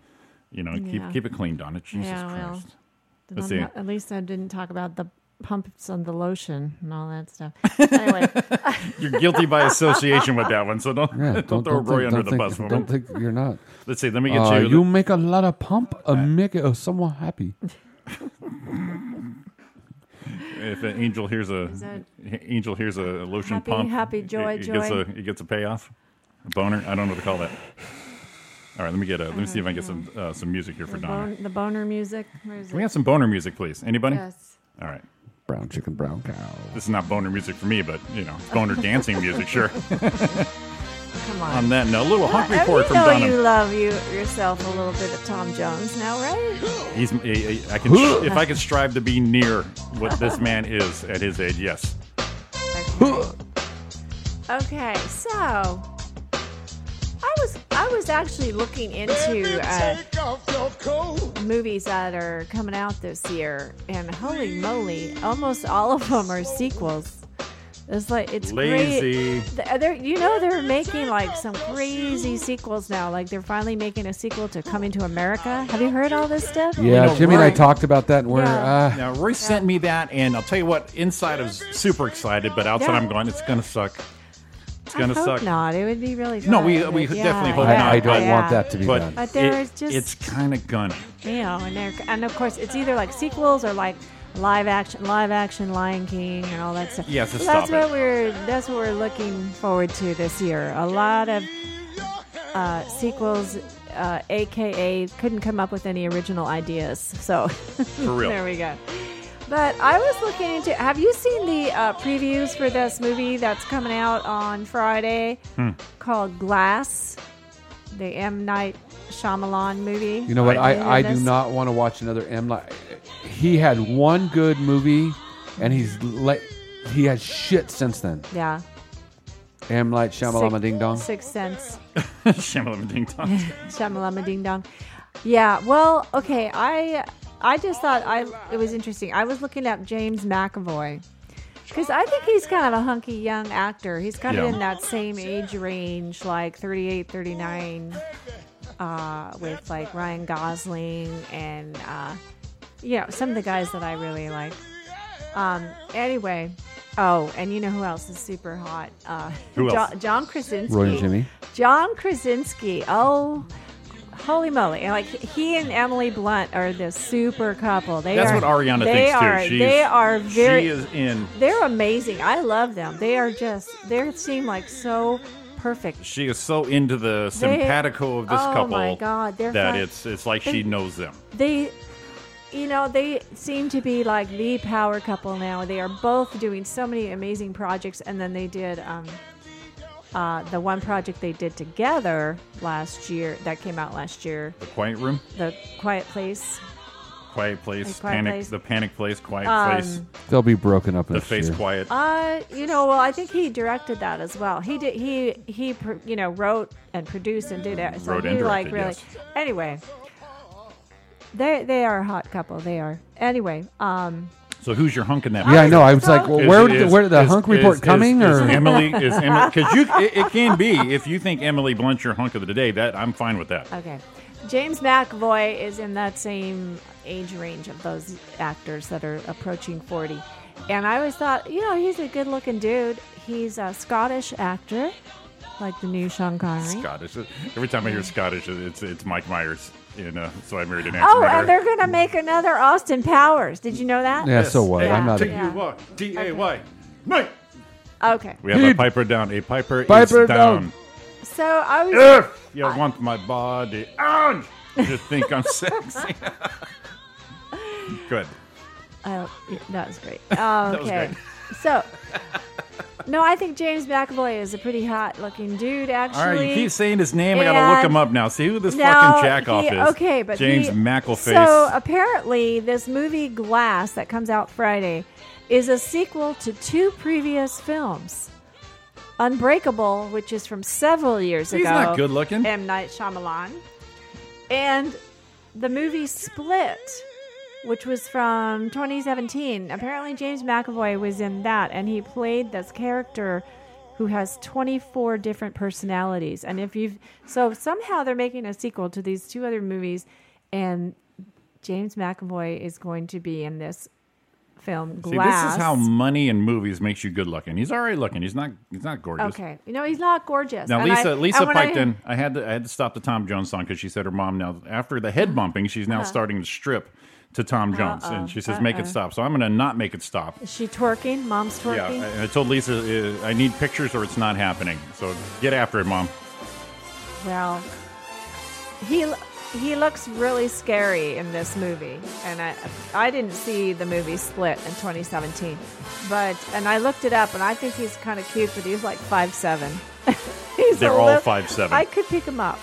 A: you know, keep
H: Yeah.
A: keep it clean, Donna. Jesus
H: Yeah, well.
A: Christ.
H: then
A: let's
H: I'm
A: see.
H: not- at least I didn't talk about the pumps on the lotion and all
A: [LAUGHS]
H: that stuff. anyway,
A: You're guilty by association with that one, so don't
G: Yeah,
A: [LAUGHS] don't, throw Roy
G: think-
A: under
G: don't
A: the
G: think-
A: bus. woman.
G: Don't think you're not.
A: Let's see. Let me get
G: Uh,
A: you.
G: you make a lot of pump, uh, make uh, someone happy.
A: if an angel hears a
H: that-
A: angel hears a lotion
H: Happy-
A: pump,
H: happy,
A: it-
H: joy,
A: it, gets
H: joy.
A: a it gets a payoff, a boner. I don't know what to call that. All right, let me get a let me see if I can get some uh, some music here for
H: the,
A: Donna.
H: bon- the boner music. Where is
A: Can we
H: it?
A: have some boner music, please? Anybody?
H: Yes.
A: All right.
G: Brown chicken, brown cow.
A: This is not boner music for me, but you know, it's
H: [LAUGHS]
A: boner dancing music, sure.
H: Come on.
A: On that note, a little hunk
H: Well, uh,
A: report
H: Oh, you
A: from
H: know
A: Donna.
H: you love you yourself a little bit of Tom Jones now, right?
A: He's, I, I- I
H: [LAUGHS]
A: can, if I could strive to be near what this man is at his age, yes.
H: Okay, so I was I was actually looking into uh, movies that are coming out this year, and holy moly, almost all of them are sequels. It's like it's
A: Lazy.
H: great. Th- uh, They're, you know they're making like some crazy sequels now. Like they're finally making a sequel to Coming to America. Have you heard all this stuff?
G: Yeah, Jimmy and I
A: Roy-
G: talked about that, and we're
H: Yeah.
G: uh,
A: Now, Roy sent me that, and I'll tell you what, inside I was super excited, but outside
H: Yeah.
A: I'm going, it's going to suck. It's going
H: I
A: to
H: hope
A: suck.
H: not. It would be really.
A: No, we-
H: fun,
A: we
H: but
A: definitely hope
G: I,
A: not,
G: I don't
A: but-
G: want that to be
A: But,
G: done.
H: But there
A: it-
H: is just-
A: it's kind of gonna. [LAUGHS]
H: you know, and they're and of course it's either like sequels or like live action, live action Lion King and all that stuff.
A: Yeah, so
H: So
A: stop
H: that's
A: it.
H: what we're that's what we're looking forward to this year. A lot of uh, sequels, uh, aka couldn't come up with any original ideas. So for
A: real.
H: [LAUGHS] there we go. But I was looking into. Have you seen the uh, previews for this movie that's coming out on Friday
A: Hmm.
H: called Glass? The M Night Shyamalan movie.
G: You know what?
H: Have heard
G: I, I do
H: this?
G: not want to watch another M. Night. He had one good movie, and he's le- he has shit since then.
H: Yeah.
G: M. Light Shyamalama
H: Six-
G: Ding Dong.
H: Sixth Sense.
A: Shamalama ding dong.
H: Shamalama Ding Dong. Yeah. Well, okay. I I just thought I it was interesting. I was looking up James McAvoy because I think he's kind of a hunky young actor. He's kind
A: Yeah.
H: of in that same age range, like 38, 39, uh, with like Ryan Gosling and uh, you know some of the guys that I really like. Um. Anyway. Oh, and you know who else is super hot? Uh,
A: Who else?
H: John, John Krasinski.
G: Roy and Jimmy.
H: John Krasinski. Oh, Holy moly! And, Like he and Emily Blunt are this super couple. They
A: That's
H: are,
A: what Ariana
H: they
A: thinks
H: are,
A: too. She's,
H: they are very.
A: She is in.
H: They're amazing. I love them. They are just. They seem like so perfect.
A: She is so into the simpatico of this
H: oh
A: couple
H: my God, they're
A: that
H: fun.
A: it's it's like she
H: They-
A: knows them.
H: They, you know, they seem to be like the power couple now. They are both doing so many amazing projects, and then they did. Um, uh, the one project they did together last year that came out last year,
A: The quiet room,
H: the Quiet Place.
A: quiet place,
H: The Quiet
A: panic,
H: Place. Um,
A: the panic place, quiet place,
G: They'll be broken up.
A: the face quiet.
H: Uh, you know, well, I think he directed that as well. He did. He he, pr- you know, wrote and produced and did it. So
A: Wrote
H: he
A: and
H: like
A: directed,
H: really.
A: yes.
H: Anyway, they they are a hot couple. They are. Anyway, um,
A: so who's your hunk in that?
G: Yeah, I
A: picture?
G: know. I was like, well,
A: Is-
G: where did the,
A: is-
G: where did the
A: is-
G: hunk
A: is-
G: report
A: is-
G: coming?
A: is
G: or
A: Emily is
G: [LAUGHS]
A: Emily because you it, it can be if you think Emily Blunt's your hunk of the day that I'm fine with that.
H: okay, James McAvoy is in that same age range of those actors that are approaching forty, and I always thought, you know, he's a good looking dude. He's a Scottish actor, like the new Sean Connery.
A: Scottish. Every time I
H: Mm.
A: hear Scottish, it's it's Mike Myers. In, uh, so I married an
H: Oh,
A: Murder.
H: and they're going to make another Austin Powers. Did you know that?
G: yeah, so what?
H: Yeah.
G: I'm not.
H: Yeah.
A: T-U-Y, T-A-Y. Night.
H: Okay.
A: We have a
G: Heed.
A: piper down. A piper,
G: Piper
A: is down.
G: down.
H: So I was.
A: If you want my body on, you think I'm [LAUGHS]
H: [LAUGHS]
A: sexy. Good.
H: Oh, yeah, that
A: [LAUGHS]
H: was great. Oh,
A: was
H: okay. So. No, I think James McAvoy is a pretty hot looking dude, actually.
A: All right, you keep saying his name. I gotta look
H: and-
A: him up now. See who this
H: Now,
A: fucking jack off
H: he-
A: is.
H: Okay, but
A: James
H: he-
A: McElface.
H: So apparently, this movie Glass that comes out Friday is a sequel to two previous films. Unbreakable, which is from several years
A: He's
H: ago.
A: not good looking.
H: M. Night Shyamalan. And the movie Split, which was from 2017. Apparently, James McAvoy was in that, and he played this character who has 24 different personalities. And if you've so somehow they're making a sequel to these two other movies, and James McAvoy is going to be in this film
A: See, this
H: Glass.
A: is how money and movies makes you good looking. He's all right looking. He's not. He's not gorgeous.
H: Okay, you know he's not gorgeous.
A: Now
H: And I-
A: Lisa,
H: and
A: Lisa
H: when I-
A: piped in. I had to, I had to stop the Tom Jones song because she said her mom now after the head bumping, she's
H: Uh-huh.
A: now starting to strip to Tom Jones, and she says make it stop. So I'm gonna not make it stop.
H: Is she twerking? Mom's
A: Yeah,
H: twerking.
A: and I told Lisa uh, I need pictures or it's not happening. So get after it, mom.
H: Well, he l- he looks really scary in this movie, and I I didn't see the movie Split in 2017, but and I looked it up, and I think he's kind of cute, but he's like five seven. [LAUGHS] he's
A: They're
H: a
A: all
H: lit-
A: 5'7".
H: I could pick him up.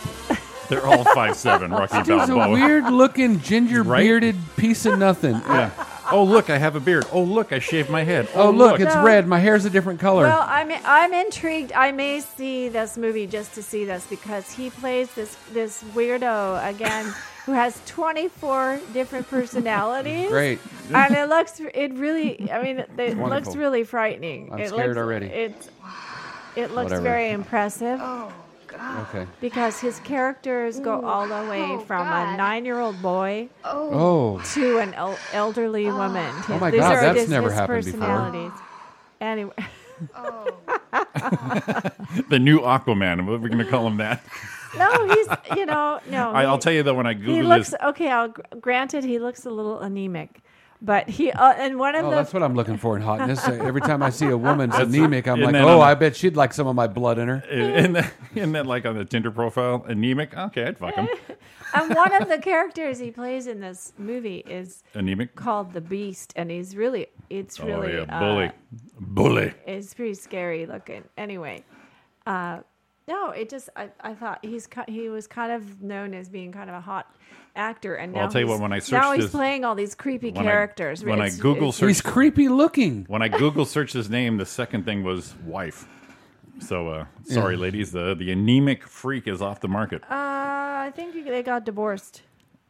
A: They're
H: [LAUGHS]
A: all five seven. Rocky
G: He's a
A: Balboa.
G: weird looking ginger
A: Right?
G: bearded piece of nothing.
A: Yeah. [LAUGHS] Oh look, I have a beard. Oh look, I shaved my head.
G: Oh look, it's
H: No.
G: red. My hair's a different color.
H: Well, I'm I'm intrigued. I may see this movie just to see this because he plays this this weirdo again who has 24
A: [LAUGHS]
H: different personalities.
G: Great.
H: and it looks it really i mean it, it looks
G: wonderful.
H: really frightening
G: I'm
H: it
G: scared
H: looks,
E: [SIGHS]
G: already.
H: it's it looks
G: Whatever.
H: very impressive
G: Okay.
H: because his characters go all the way
E: Oh,
H: from a
E: God.
H: nine-year-old boy
G: Oh,
H: to an el- elderly woman
G: Oh my God, that's never happened before.
H: before anyway [LAUGHS]
A: The new Aquaman. We're gonna call him that.
H: no he's you know no
A: I, I'll
H: he-
A: tell you though when I
H: he
A: Google
H: looks
A: this. uh,
H: okay I'll, gr- granted he looks a little anemic but he uh, and one of
G: oh,
H: the
G: that's what I'm looking for in
H: [LAUGHS]
G: hotness. Uh, Every time I see a woman's anemic, I'm
A: and
G: like,
A: then
G: oh,
A: on-
G: I bet she'd like some of my blood in her.
A: And that, and that like on the Tinder profile, anemic. Okay, I'd fuck
H: [LAUGHS]
A: him.
H: and one of the characters he plays in this movie is
A: Anemic.
H: called the Beast, and he's really, it's really,
A: oh yeah, bully,
H: uh,
A: bully.
H: it's pretty scary looking. Anyway, uh, no, it just, I, I thought he's ki- he was kind of known as being kind of a hot actor, and now
A: Well, I'll tell you
H: he's-
A: what, when I
H: now
A: searched
H: he's
A: this-
H: playing all these creepy
A: when I-
H: characters. uh,
A: when I
H: It's-
A: Google
H: it's-
A: search-
G: He's creepy looking.
A: When I Google searched his name, the second thing was wife. So uh, sorry, ladies, the the anemic freak is off the market.
H: uh, I think they got divorced.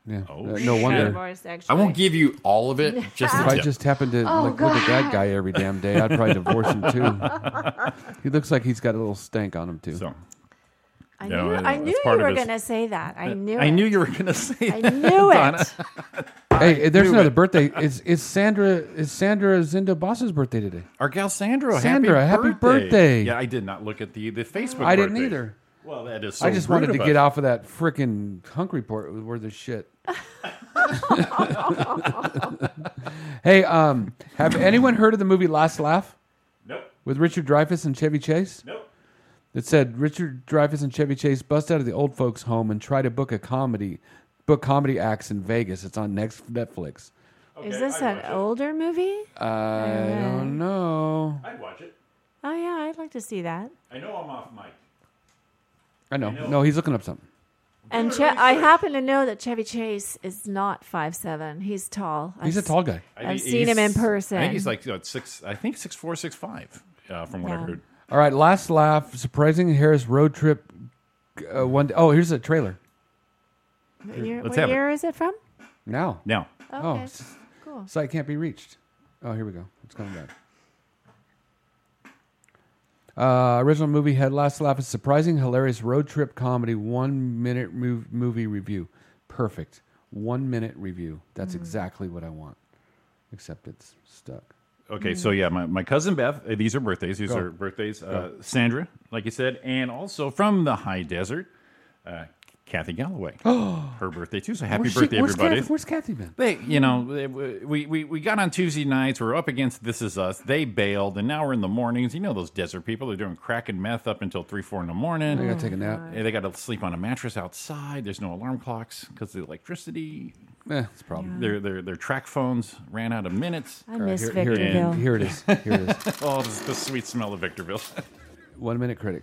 G: Yeah.
A: Oh,
G: Uh, no
A: shit.
H: Got
G: wonder.
H: divorced,
A: I
H: actually.
A: won't give you all of it. Just
G: If
A: the
G: I
A: tip.
G: just happened to
H: Oh,
G: like, look at that guy every damn day, I'd probably divorce him too.
A: [LAUGHS]
G: he looks like he's got a little stank on him too.
A: so.
H: I knew,
A: No, I know.
H: I knew
A: That's
H: you
A: part of
H: were
A: his-
H: going to say that. I knew.
A: I
H: it.
A: knew you were gonna [LAUGHS] say
H: I
A: that,
H: knew
A: Donna.
H: it.
G: hey, there's
A: knew
G: another
A: it.
G: birthday. It's it's Sandra. It's Sandra Zinda Boss's birthday today.
A: Our gal Sandra,
G: Sandra,
A: happy
G: happy
A: birthday.
G: birthday.
A: Yeah, I did not look at the the Facebook.
G: I didn't
A: birthdays.
G: either.
A: Well, that is.
G: I just wanted to get off of that freaking hunk report. It was worth a shit. hey, um, have anyone heard of the movie Last Laugh
A: Nope.
G: with Richard Dreyfuss and Chevy Chase?
A: Nope.
G: It said Richard Dreyfuss and Chevy Chase bust out of the old folks' home and try to book a comedy, book comedy acts in Vegas. It's on next Netflix.
H: Is this an older movie?
G: I don't know.
A: I'd watch it.
H: Oh yeah, I'd like to see that.
A: I know I'm off mic.
G: I know. No, he's looking up something.
H: And che- I happen to know that Chevy Chase is not five seven. He's tall.
G: He's a tall guy.
A: I
H: I've
A: think
H: seen him in
A: he's-
H: person.
A: I think he's like you know, six. I think six four, six five. Uh, from what I
H: Yeah.
A: heard.
G: All right, last laugh. Surprising Harris road trip. Uh, one. Oh, here's a trailer
H: What year,
A: Let's
H: what
A: have it.
H: year is it from?
G: now.
A: Now,
G: Oh,
H: Okay.
G: s-
H: Cool.
G: site can't be reached. Oh, here we go. It's coming back. Uh, original movie had last laugh is surprising, hilarious road trip comedy. One minute mov- movie review. Perfect. One minute review. That's
H: Mm-hmm.
G: exactly what I want. Except it's stuck.
A: okay, so yeah, my, my cousin Beth. uh, These are birthdays. These
G: Go.
A: are birthdays. Uh, Sandra, like you said, and also from the high desert, uh, Kathy
G: [GASPS]
A: Galloway. her birthday too. So happy
G: Where's she-
A: birthday,
G: where's
A: everybody!
G: Kathy, where's Kathy been?
A: They, you know, they- we, we, we got on Tuesday nights. We're up against This Is Us. They bailed, and now we're in the mornings. You know those desert people. They're doing crack and meth up until 3, 4 in the morning.
G: I gotta take a nap.
H: Oh,
A: Yeah, they got to sleep on a mattress outside. There's no alarm clocks because the electricity.
G: Eh, it's a problem.
A: Their, their, their track phones ran out of minutes.
H: I miss
G: Here, here,
H: Victorville.
G: it, here it
H: [LAUGHS]
G: is. Here it is.
A: Oh, this the sweet smell of Victorville. [LAUGHS]
G: One minute critic.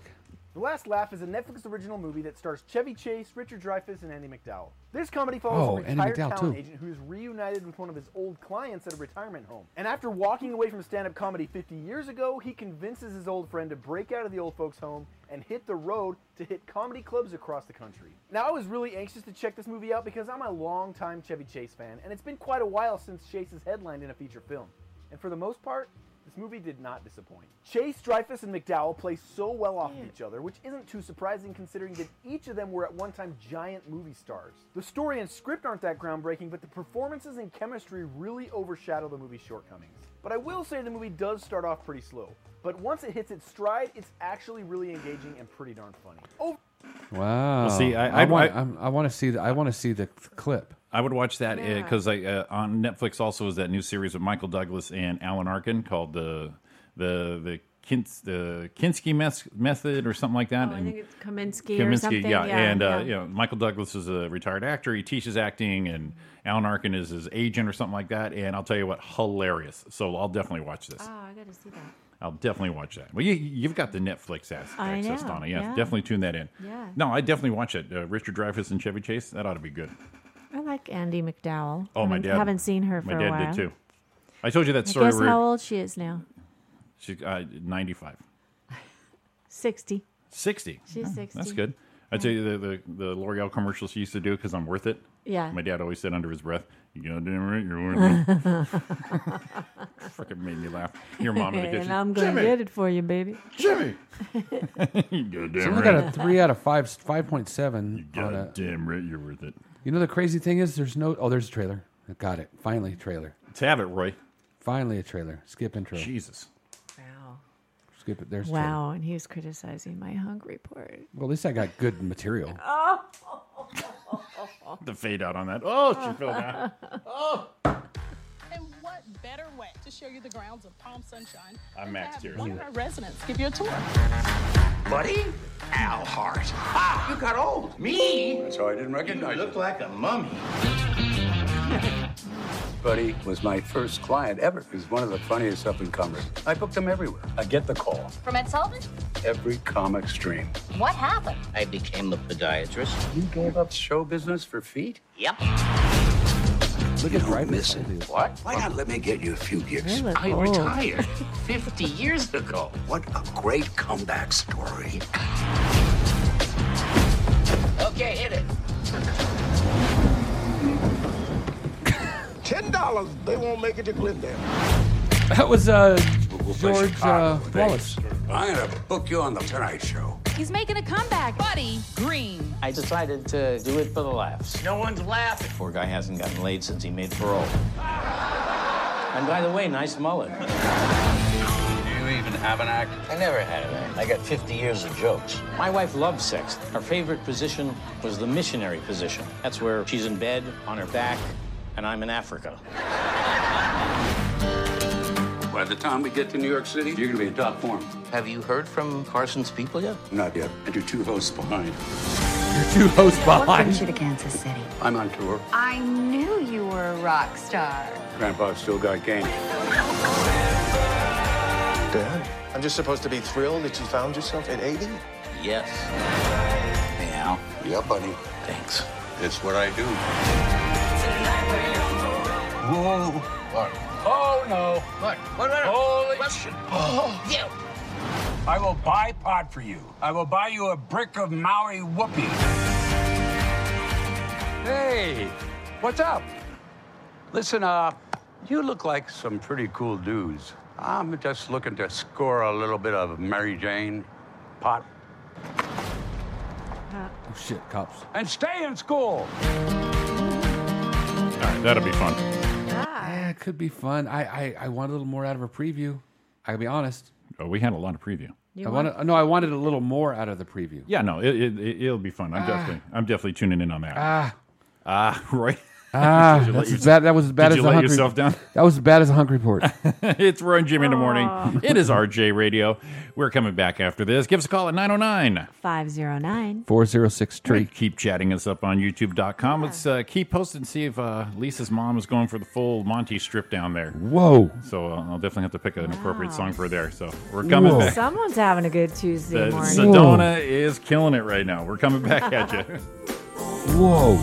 J: The Last Laugh is a Netflix original movie that stars Chevy Chase, Richard Dreyfuss, and Andy McDowell. This comedy
G: Oh,
J: follows a
G: Andy
J: retired
G: McDowell,
J: talent
G: too.
J: agent who is reunited with one of his old clients at a retirement home. And after walking away from stand-up comedy 50 years ago, he convinces his old friend to break out of the old folks' home and hit the road to hit comedy clubs across the country. Now, I was really anxious to check this movie out because I'm a longtime Chevy Chase fan, and it's been quite a while since Chase has headlined in a feature film. And for the most part, this movie did not disappoint. Chase, Dreyfus, and McDowell play so well off of each other, which isn't too surprising considering that each of them were at one time giant movie stars. The story and script aren't that groundbreaking, but the performances and chemistry really overshadow the movie's shortcomings. But I will say the movie does start off pretty slow, but once it hits its stride, it's actually really engaging and pretty darn funny. Oh,
G: Wow.
A: see, I- I-
G: want.
A: I-
G: I'm- I, want to see the. I want to see the clip.
A: I would watch that because I uh, on Netflix also is that new series with Michael Douglas and Alan Arkin called the the the Kins, the Kinski mes- method or something like that.
H: Oh, I
A: And-
H: think it's Kaminsky, or
A: Kaminsky,
H: something.
A: yeah. and uh,
H: yeah.
A: you know Michael Douglas is a retired actor. He teaches acting, and Alan Arkin is his agent or something like that. And I'll tell you what, hilarious. So I'll definitely watch this.
H: Oh, I gotta see that.
A: I'll definitely watch that. Well, you, you've got the Netflix ac-
H: I
A: access,
H: know,
A: Donna. Yeah,
H: yeah.
A: definitely tune that in.
H: Yeah.
A: No, I definitely watch it. Uh, Richard Dreyfuss and Chevy Chase. That ought to be good.
H: I like Andy McDowell.
A: Oh, my
H: Haven't-
A: dad.
H: Mm, Haven't seen her for
A: My
H: a
A: dad
H: while.
A: did too. I told you that
H: I
A: story.
H: guess
A: where
H: how old she is now?
A: She's uh, ninety-five.
H: Sixty.
A: 60.
H: She's 60.
A: Oh, That's good. I tell you the the, the L'Oreal commercial she used to do because I'm worth it.
H: Yeah.
A: My dad always said under his breath, "You goddamn right, you're worth it."
H: [LAUGHS]
A: Freaking made me laugh. Your mom in the kitchen.
H: And I'm gonna get it for you, baby.
A: Jimmy.
H: [LAUGHS]
A: you goddamn
G: Someone
A: right.
G: got a three out of five, five point seven. on a,
A: Goddamn right, you're worth it.
G: you know the crazy thing is, there's no. Oh, there's a trailer. I got it. Finally, a trailer.
A: Let's have it, Roy.
G: Finally, a trailer. Skip intro.
A: Jesus.
H: Wow.
G: Skip it. There's a trailer.
H: Wow. And he was criticizing my hunk report.
G: Well, at least I got good material.
K: Uh,
A: The fade out on that. Oh, she fell down.
L: And what better way to show you the grounds of Palm Sunshine? than
A: I'm
L: to
A: maxed
L: have
A: here.
L: One of our residents give you a tour.
B: Buddy? Al Hart. Ah, you got old. Me? That's how I didn't recognize you. look like a mummy.
K: [LAUGHS] Buddy was my first client ever. He's one of the funniest up and comers. I booked him everywhere. I get the call.
D: From Ed Sullivan?
K: Every comic stream.
D: What happened?
B: I became a podiatrist.
K: You gave up show business for feet?
B: Yep.
K: Look at right missing.
B: What?
K: Why not let me get you a few gigs?
H: I look
B: I
H: old.
B: retired 50 years ago.
K: What a great comeback story.
B: Okay, hit it.
F: [LAUGHS] Ten dollars, they won't make it to Glendale.
G: That was uh,
K: We'll play
G: George
K: Chicago
G: uh,
K: with
G: Wallace. [LAUGHS]
K: Vegas. I'm gonna book you on the Tonight Show.
E: He's making a comeback.
L: Buddy Green.
B: I decided to do it for the laughs. No one's laughing. Poor guy hasn't gotten laid since he made parole. And by the way, nice mullet.
K: You mean
M: even have an act? I never had an act. I got 50 years of jokes. My wife loves sex. Her favorite position was the missionary position. That's where she's in bed, on her back, and I'm in Africa.
K: By the time we get to New York City, you're going to be in top form.
M: Have you heard from Carson's people yet?
K: Not yet. And you're two hosts behind.
G: You're two hosts
N: to Kansas City?
K: I'm on tour.
N: I knew you were a rock star.
K: Grandpa's still got game.
O: Dad, I'm just supposed to be thrilled that you found yourself at 80?
M: Yes.
K: Now? Yeah, buddy.
M: Thanks.
K: It's what I do. Whoa.
M: Oh no! What? What? Holy shit! Oh, you!
P: I will buy pot for you. I will buy you a brick of Maui whoopee.
K: Hey, what's up? Listen, uh, you look like some pretty cool dudes.
G: Oh,
K: I'm just looking to score a little bit of Mary Jane pot.
G: Oh, shit, cops.
P: And stay in school.
A: All right, that'll be fun.
G: Yeah, Eh, it could be fun. I, I, I want a little more out of a preview. I'll be honest.
A: Oh, we had a lot of preview.
G: I wanted, no, I wanted a little more out of the preview.
A: Yeah, no, it, it, it, it'll be fun. I'm
G: Ah.
A: definitely, I'm definitely tuning in on that.
G: Ah.
A: ah, Roy. [LAUGHS]
G: Ah,
A: Did you let
G: that's
A: your-
G: as bad, that was as bad
A: did
G: as
A: you
G: the
A: let
G: hunk
A: yourself down.
G: That was as bad as a hunk
A: [LAUGHS]
G: report.
A: it's Roy and Jimmy in the morning.
H: Ah.
A: It is RJ Radio. We're coming back after this. Give us a call at 909
H: 509.
G: 406 Tree.
A: Keep chatting us up on YouTube.com. Let's uh, keep posting and see if uh, Lisa's mom is going for the full Monty strip down there.
G: Whoa.
A: So uh, I'll definitely have to pick an appropriate song for there. So we're coming back.
H: Someone's having a good
A: The
H: Tuesday morning.
A: Sedona is killing it right now. We're coming back at
H: [LAUGHS]
A: you.
G: Whoa.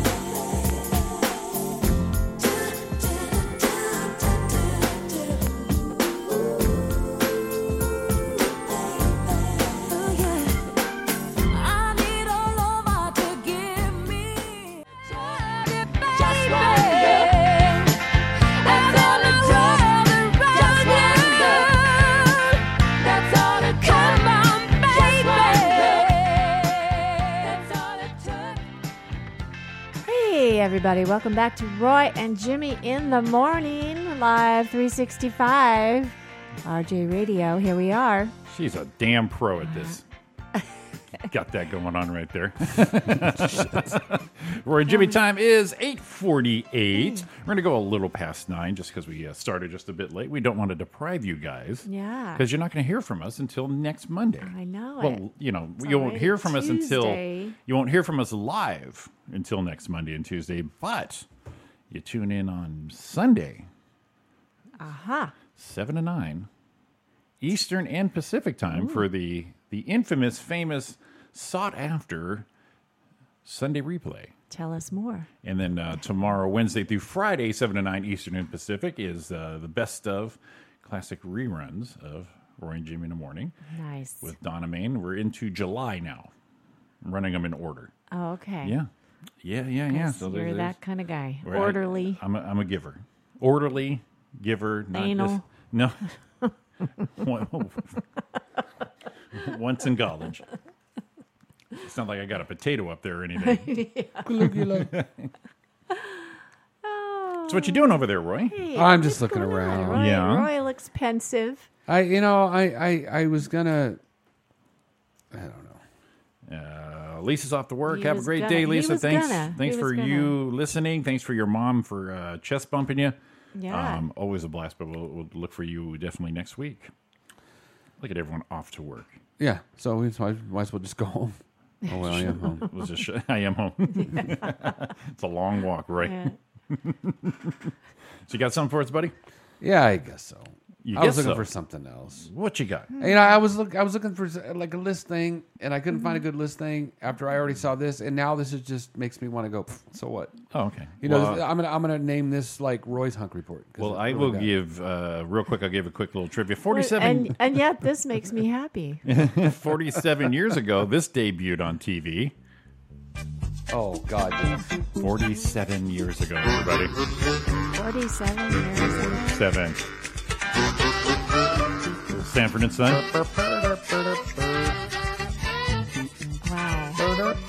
H: Hey, everybody, welcome back to Roy and Jimmy in the Morning, live 365, RJ Radio. Here we are.
A: She's a damn pro at
H: [LAUGHS]
A: this. Got that going on right there. Roy and Jimmy time is 848. We're going to go a little past 9 just because we uh, started just a bit late. We don't want to deprive you guys.
H: Yeah.
A: Because you're not going to hear from us until next Monday.
H: Ah. I know it.
A: Well, you know,
H: It's
A: you won't
H: already
A: hear from us
H: Tuesday.
A: until you won't hear from us live until next Monday and Tuesday, but you tune in on Sunday,
H: Aha. Uh-huh.
A: 7 to 9 Eastern and Pacific time for the the infamous famous sought after Sunday replay.
H: Tell us more.
A: And then uh, tomorrow, Wednesday through Friday, 7 to 9 Eastern and Pacific, is uh, the best of classic reruns of Roy and Jimmy in the Morning
H: Nice.
A: with Donna Main. We're into July now, I'm running them in order.
H: Oh, okay.
A: Yeah. Yeah, yeah, yeah.
H: Yes, you're
A: there's-
H: that kind of guy.
A: Right, I-
H: Orderly.
A: [LAUGHS]
H: [LAUGHS]
A: I'm a, I'm a giver. Orderly, giver, not
H: Anal.
A: just- [LAUGHS] no. One- Once in college. It's not like I got a potato up there or
G: [LAUGHS]
H: Oh,
A: anything. so what you doing over there, Roy?
H: Hey,
G: I'm just looking around.
H: Roy,
A: Yeah.
H: Roy looks pensive.
G: [LAUGHS] I, you know, I, I, I was gonna.
A: Uh, Lisa's off to work.
G: He
A: Have a
G: was
A: great
G: gonna-
A: day,
G: he
A: Lisa.
G: was
A: Thanks,
G: gonna.
A: thanks
G: He
A: for
G: was gonna.
A: you listening. Thanks for your mom for uh, chest bumping you.
H: Yeah.
A: um, always a blast. But we'll, we'll look for you definitely next week. Look at everyone off to work.
G: Yeah, so we just might, might as well just go home. Oh well, I am home.
A: It was a sh- [LAUGHS] I am home. it's a long walk, right? so you got something for us, buddy?
G: Yeah, I guess so.
A: You
G: I was
A: guess
G: looking
A: so.
G: for something else.
A: What you got?
G: You know, I was look, I was looking for s- like a list thing, and I couldn't find a good list thing after I already saw this, and now this is just makes me want to go. "Pfft, So what?
A: Oh, okay.
G: You know,
A: Well,
G: this- I'm gonna I'm gonna name this like Roy's Hunk Report. 'cause
A: Well,
G: it's
A: I
G: really
A: will
G: bad.
A: give uh, real quick. I'll give a quick little trivia. [LAUGHS]
H: Well,
A: Forty-seven.
H: And, and yet, this makes
A: [LAUGHS]
H: me happy. [LAUGHS]
A: 47 years ago, this debuted on TV.
G: Oh, God.
A: 47 years ago, everybody.
H: 47 years
A: [LAUGHS]
H: ago.
A: Seven. Sanford and Son.
H: Wow.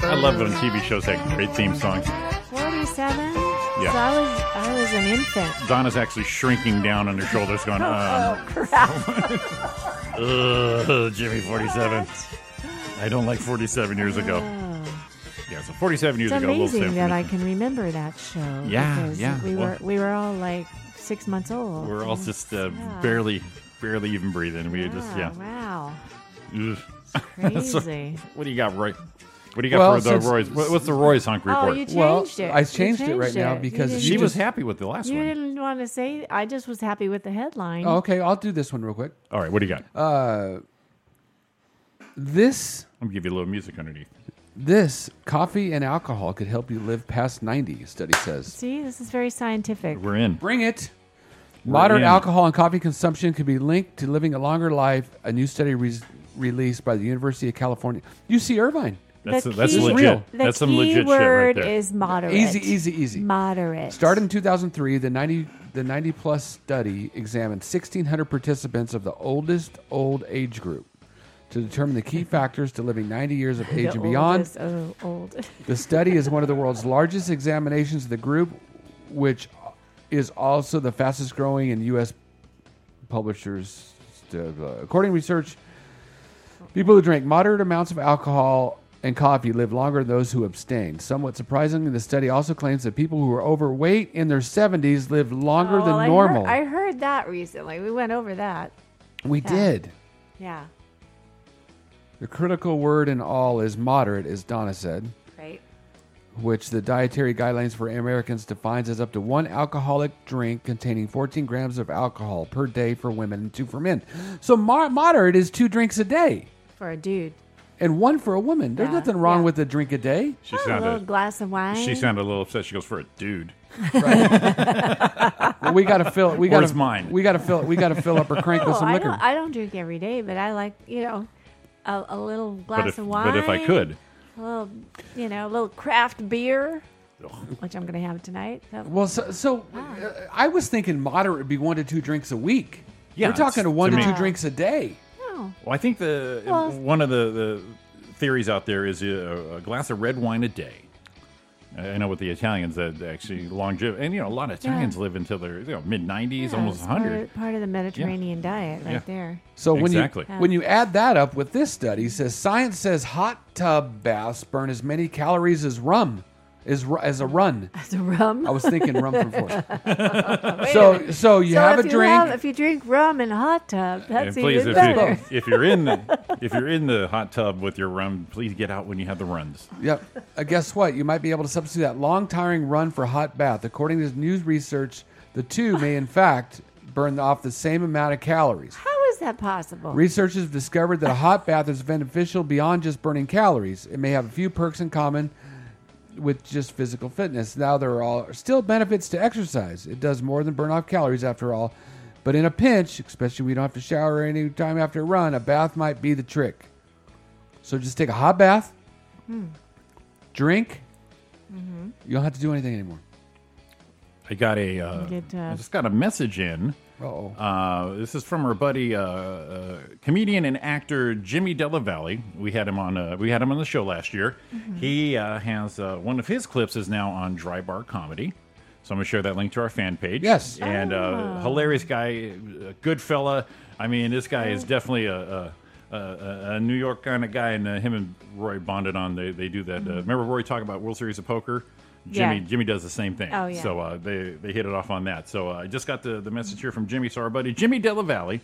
A: I love when TV shows have great theme songs.
H: 47? So I was I was an infant.
A: Donna's actually shrinking down on her shoulders,
H: [LAUGHS]
A: going,
H: Oh,
A: um, [LAUGHS] Ugh, Jimmy 47. I don't like 47 years ago. Yeah, so 47 years
H: uh, It's
A: ago, Lil Sam
H: amazing that I
A: Smith.
H: can remember that show.
A: Yeah,
H: because
A: yeah,
H: We
A: well-
H: were we were all like six months old.
A: We're all
H: and-
A: just uh,
H: yeah.
A: barely, barely even breathing. We are just, yeah. [LAUGHS]
H: Wow.
A: Ugh. [LAUGHS] So,
H: Crazy.
A: what do you got, Roy? What do you got
G: Well,
A: for the
G: since-
A: Roy's? What, what's the Roy's hunk
H: Oh,
A: report?
H: you changed it.
G: I
H: You
G: changed it right
H: changed
G: now
H: it.
G: because
H: You
G: you
A: she was
G: just-
A: happy with the last
H: you
A: one.
H: didn't want to say. I just was happy with the headline.
G: Oh, okay, I'll do this one real quick.
A: All right, what do you got?
G: Uh, this
A: I'm gonna give you a little music underneath.
G: this coffee and alcohol could help you live past ninety. Study says.
H: See, this is very scientific.
A: We're in.
G: Bring it.
A: We're
G: Moderate
A: in.
G: alcohol and coffee consumption could be linked to living a longer life. A new study re- released by the University of California, UC Irvine.
A: That's
G: This
A: that's
G: is
A: legit.
G: real.
H: The
A: That's some
H: key
A: legit shit right
H: word
A: there.
H: is moderate.
G: Easy, easy, easy.
H: Moderate.
G: Started in 2003, the 90 the 90 plus study examined 1,600 participants of the oldest old age group to determine the key factors to living 90 years of age
H: The
G: and beyond.
H: oldest, oh,
G: [LAUGHS]
H: old.
G: The study is one of the world's largest examinations of the group, which is also the fastest growing in U.S. publishers. Uh, According to research, people who drink moderate amounts of alcohol and coffee live longer than those who abstain. Somewhat surprisingly, the study also claims that people who are overweight in their 70s live longer
H: Oh,
G: than
H: I heard-
G: normal.
H: I heard that recently. We went over that.
G: we
H: Yeah.
G: did.
H: Yeah.
G: The critical word in all is moderate, as Donna said.
H: Right.
G: which the Dietary Guidelines for Americans defines as up to one alcoholic drink containing 14 grams of alcohol per day for women and two for men. So mo- moderate is two drinks a day
H: For a dude.
G: and one for a woman. There's
H: Yeah,
G: nothing wrong with a drink a day.
A: She
H: Oh, A little
A: sounded.
H: glass of wine.
A: She sounded a little upset. She goes for a dude.
G: Well, we got to fill.
A: [LAUGHS]
G: We
A: Or
G: got
A: it's mine.
G: We got to fill. We got to fill up her
H: [LAUGHS]
G: crank with
H: No,
G: some
H: Oh, I
G: liquor.
H: Don't, I don't drink every day, but I like, you know, a, a little glass
A: but if
H: of wine.
A: but if I could,
H: A little, you know, a little craft beer, which I'm going to have tonight. So-
G: Well, so, so
H: Ah.
G: uh, I was thinking moderate would be one to two drinks a week.
A: Yeah,
G: We're talking
A: it's-
G: to one
A: to
G: to,
A: me-
G: two drinks a day.
H: No.
A: well, I think the uh,
H: Well-
A: one of the, the theories out there is uh, a, a glass of red wine a day. Uh, I know with the Italians that actually longevity, and you know a lot of
H: Yeah.
A: Italians live until they're you know mid nineties,
H: Yeah,
A: almost
H: it's
A: hundred.
H: Part, part of the Mediterranean diet right
A: Yeah.
H: there.
G: So when
A: Exactly.
G: you when you add that up with this study, it says science says hot tub baths burn as many calories as rum, as ru- as a run.
H: As a rum.
G: I was thinking rum from
H: [LAUGHS]
G: Force.
H: Wait
G: So-
H: minute.
G: so you have
H: if
G: a drink-
H: have- if you drink rum in a hot tub, that's
A: and please,
H: even
A: if
H: better.
A: you if you're in the if you're in the hot tub with your rum, please get out when you have the runs.
G: [LAUGHS] Yep. Uh, guess what? You might be able to substitute that long tiring run for hot bath. According to news research, the two may in fact burn off the same amount of calories.
H: How is that possible?
G: Researchers have discovered that a hot bath is beneficial beyond just burning calories. It may have a few perks in common with just physical fitness. Now there are all, still benefits to exercise. It does more than burn off calories after all. But in a pinch, especially we don't have to shower any time after a run, a bath might be the trick. So just take a hot bath,
H: Hmm.
G: drink.
H: Mm-hmm.
G: You don't have to do anything anymore.
A: I got a uh,
G: Get, uh,
A: I just got a message in.
G: Uh-oh.
A: Uh, this is from our buddy, uh, uh, comedian and actor Jimmy Della Valle. We had him on. Uh, we had him on the show last year. He uh, has uh, one of his clips is now on Dry Bar Comedy. So I'm gonna share that link to our fan page. Yes, and uh, hilarious guy, uh, good fella. I mean, this guy is definitely a. a a, a New York kind of guy, and uh, him and Roy bonded on. They they do that. Uh, remember Roy talking about World Series of Poker? Jimmy
Q: Yeah.
A: Jimmy does the same thing.
Q: Oh, yeah.
A: So uh, they they hit it off on that. So uh, I just got the, the message here from Jimmy. So our buddy Jimmy Della Valle,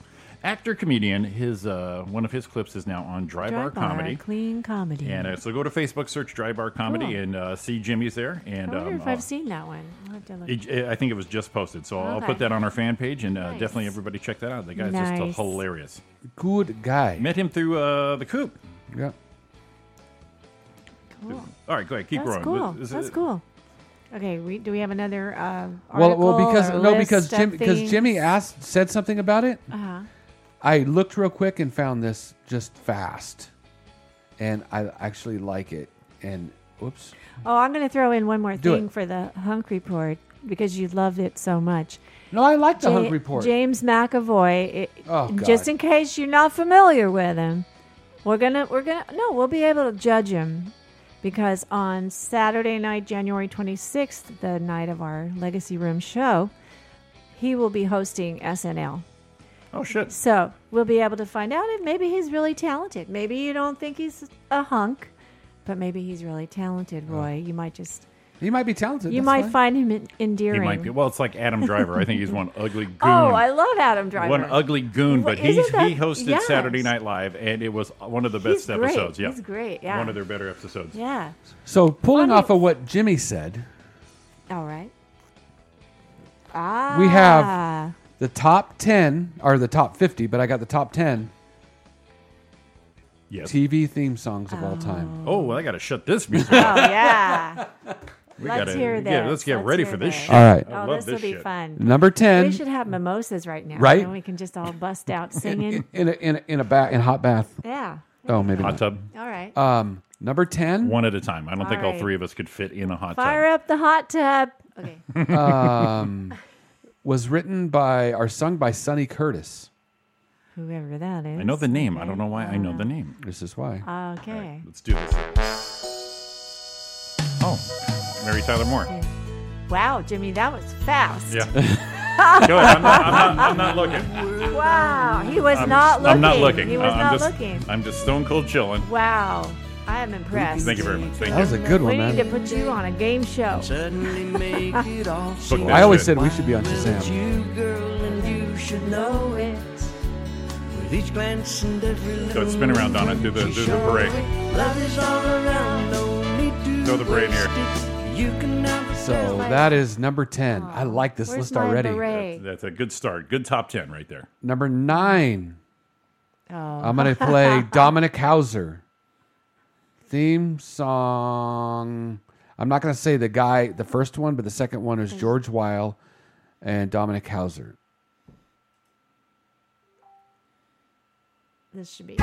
A: actor comedian, his uh, one of his clips is now on Dry,
H: Dry
A: Bar, Comedy.
H: clean comedy.
A: And uh, so go to Facebook, search Dry Bar Comedy,
H: Cool.
A: and uh, see Jimmy's there. And
H: I wonder
A: um,
H: if
A: uh,
H: I've seen that one. I'll have to look.
A: it- it- I think it was just posted, so I'll
H: Okay.
A: put that on our fan page, and uh,
H: Nice.
A: definitely everybody check that out. The guy's
H: Nice.
A: just hilarious.
G: Good guy.
A: Met him through uh, the coop.
G: Yeah.
H: Cool.
A: All right, go ahead, keep
H: That's
A: going.
H: cool.
A: Is
H: That's
A: it-
H: cool. Okay, we, do we have another uh,
G: Well, well,
H: article
G: because
H: or
G: no, because
H: list of
G: Jim, because
H: things?
G: Jimmy asked, said something about it.
H: Uh-huh.
G: I looked real quick and found this just fast, and I actually like it. And whoops,
H: Oh, I'm going to throw in one more
G: Do it.
H: thing for the Hunk Report because you loved it so much.
G: No, I like the Hunk Report.
H: James McAvoy. it-
G: Oh, God.
H: Just in case you're not familiar with him, we're gonna we're gonna no, we'll be able to judge him because on Saturday night, January 26th, the night of our Legacy Room show, he will be hosting SNL.
A: Oh, shit.
H: So we'll be able to find out if maybe he's really talented. Maybe you don't think he's a hunk, but maybe he's really talented, Roy. You might just.
G: He might be talented. Oh.
H: You
G: that's
H: might
G: fine.
H: find him en-
A: He
H: endearing.
A: might be. Well, it's like Adam Driver. I think he's
H: [LAUGHS]
A: one ugly goon.
H: Oh, I love Adam Driver.
A: One ugly goon,
H: Well,
A: but he
H: isn't that-
A: he hosted
H: yes.
A: Saturday Night Live, and it was one of the best
H: He's great.
A: episodes. Yeah,
H: He's great, yeah.
A: one of their better episodes.
H: Yeah.
G: So pulling off of what Jimmy said,
H: All right. Ah.
G: we have the top ten or the top fifty, but I got the top ten.
A: Yes.
G: TV theme songs of all time.
A: Oh, well, I got to shut
H: [LAUGHS]
A: this music.
H: Oh
A: off.
H: yeah.
A: We
H: [LAUGHS] let's
A: gotta-
H: hear
A: yeah,
H: this.
A: let's get ready for this shit.
G: All right.
A: I
H: oh,
A: love
H: this will
A: this
H: be
A: shit.
H: fun.
G: Number 10.
H: We should have mimosas right now.
G: Right?
H: And we can just all
G: [LAUGHS]
H: bust out singing.
G: In a in a, in a bath in a hot bath.
H: yeah.
G: Oh, maybe
A: Hot
G: not.
A: tub.
H: All right.
G: Um, number ten.
A: One at a time. I don't
H: All
A: think
H: right.
A: all three of us could fit in a hot
H: Fire up the hot tub. Okay.
A: tub.
G: um, was written by or sung by Sonny Curtis.
H: [LAUGHS] Whoever that is.
A: I know the name. I don't know why I know the name.
G: This is why.
H: Okay.
A: Let's do this. Oh, Mary Tyler Moore.
H: Wow, Jimmy, that was fast.
A: Yeah. Go ahead. I'm not, I'm not, I'm not looking.
H: Wow, he was
A: I'm,
H: not looking.
A: I'm not looking. Uh,
H: He was
A: I'm
H: not
A: just,
H: looking.
A: I'm just stone cold chilling.
H: Wow, I am impressed.
A: Thank you very much. Thank
G: That
A: you.
G: was a good one,
H: we
G: man.
H: need to put you on a game show.
Q: Suddenly make it all
A: Book that
G: I always
A: shit.
G: said we should be on Shazam.
Q: you, girl, and you should know it. With each glance and every
A: Go ahead, spin around, Donna. Do the, do the parade.
Q: love is all around. No need to
A: Throw the parade in here.
Q: You can never
G: So that is number ten. I like this list already.
A: That's, that's a good start. Good top 10 right there.
G: Number nine. I'm gonna play Dominic Hauser. Theme song. I'm not gonna say the guy, the first one, but the second one is George Weil and Dominic Hauser.
H: This should be.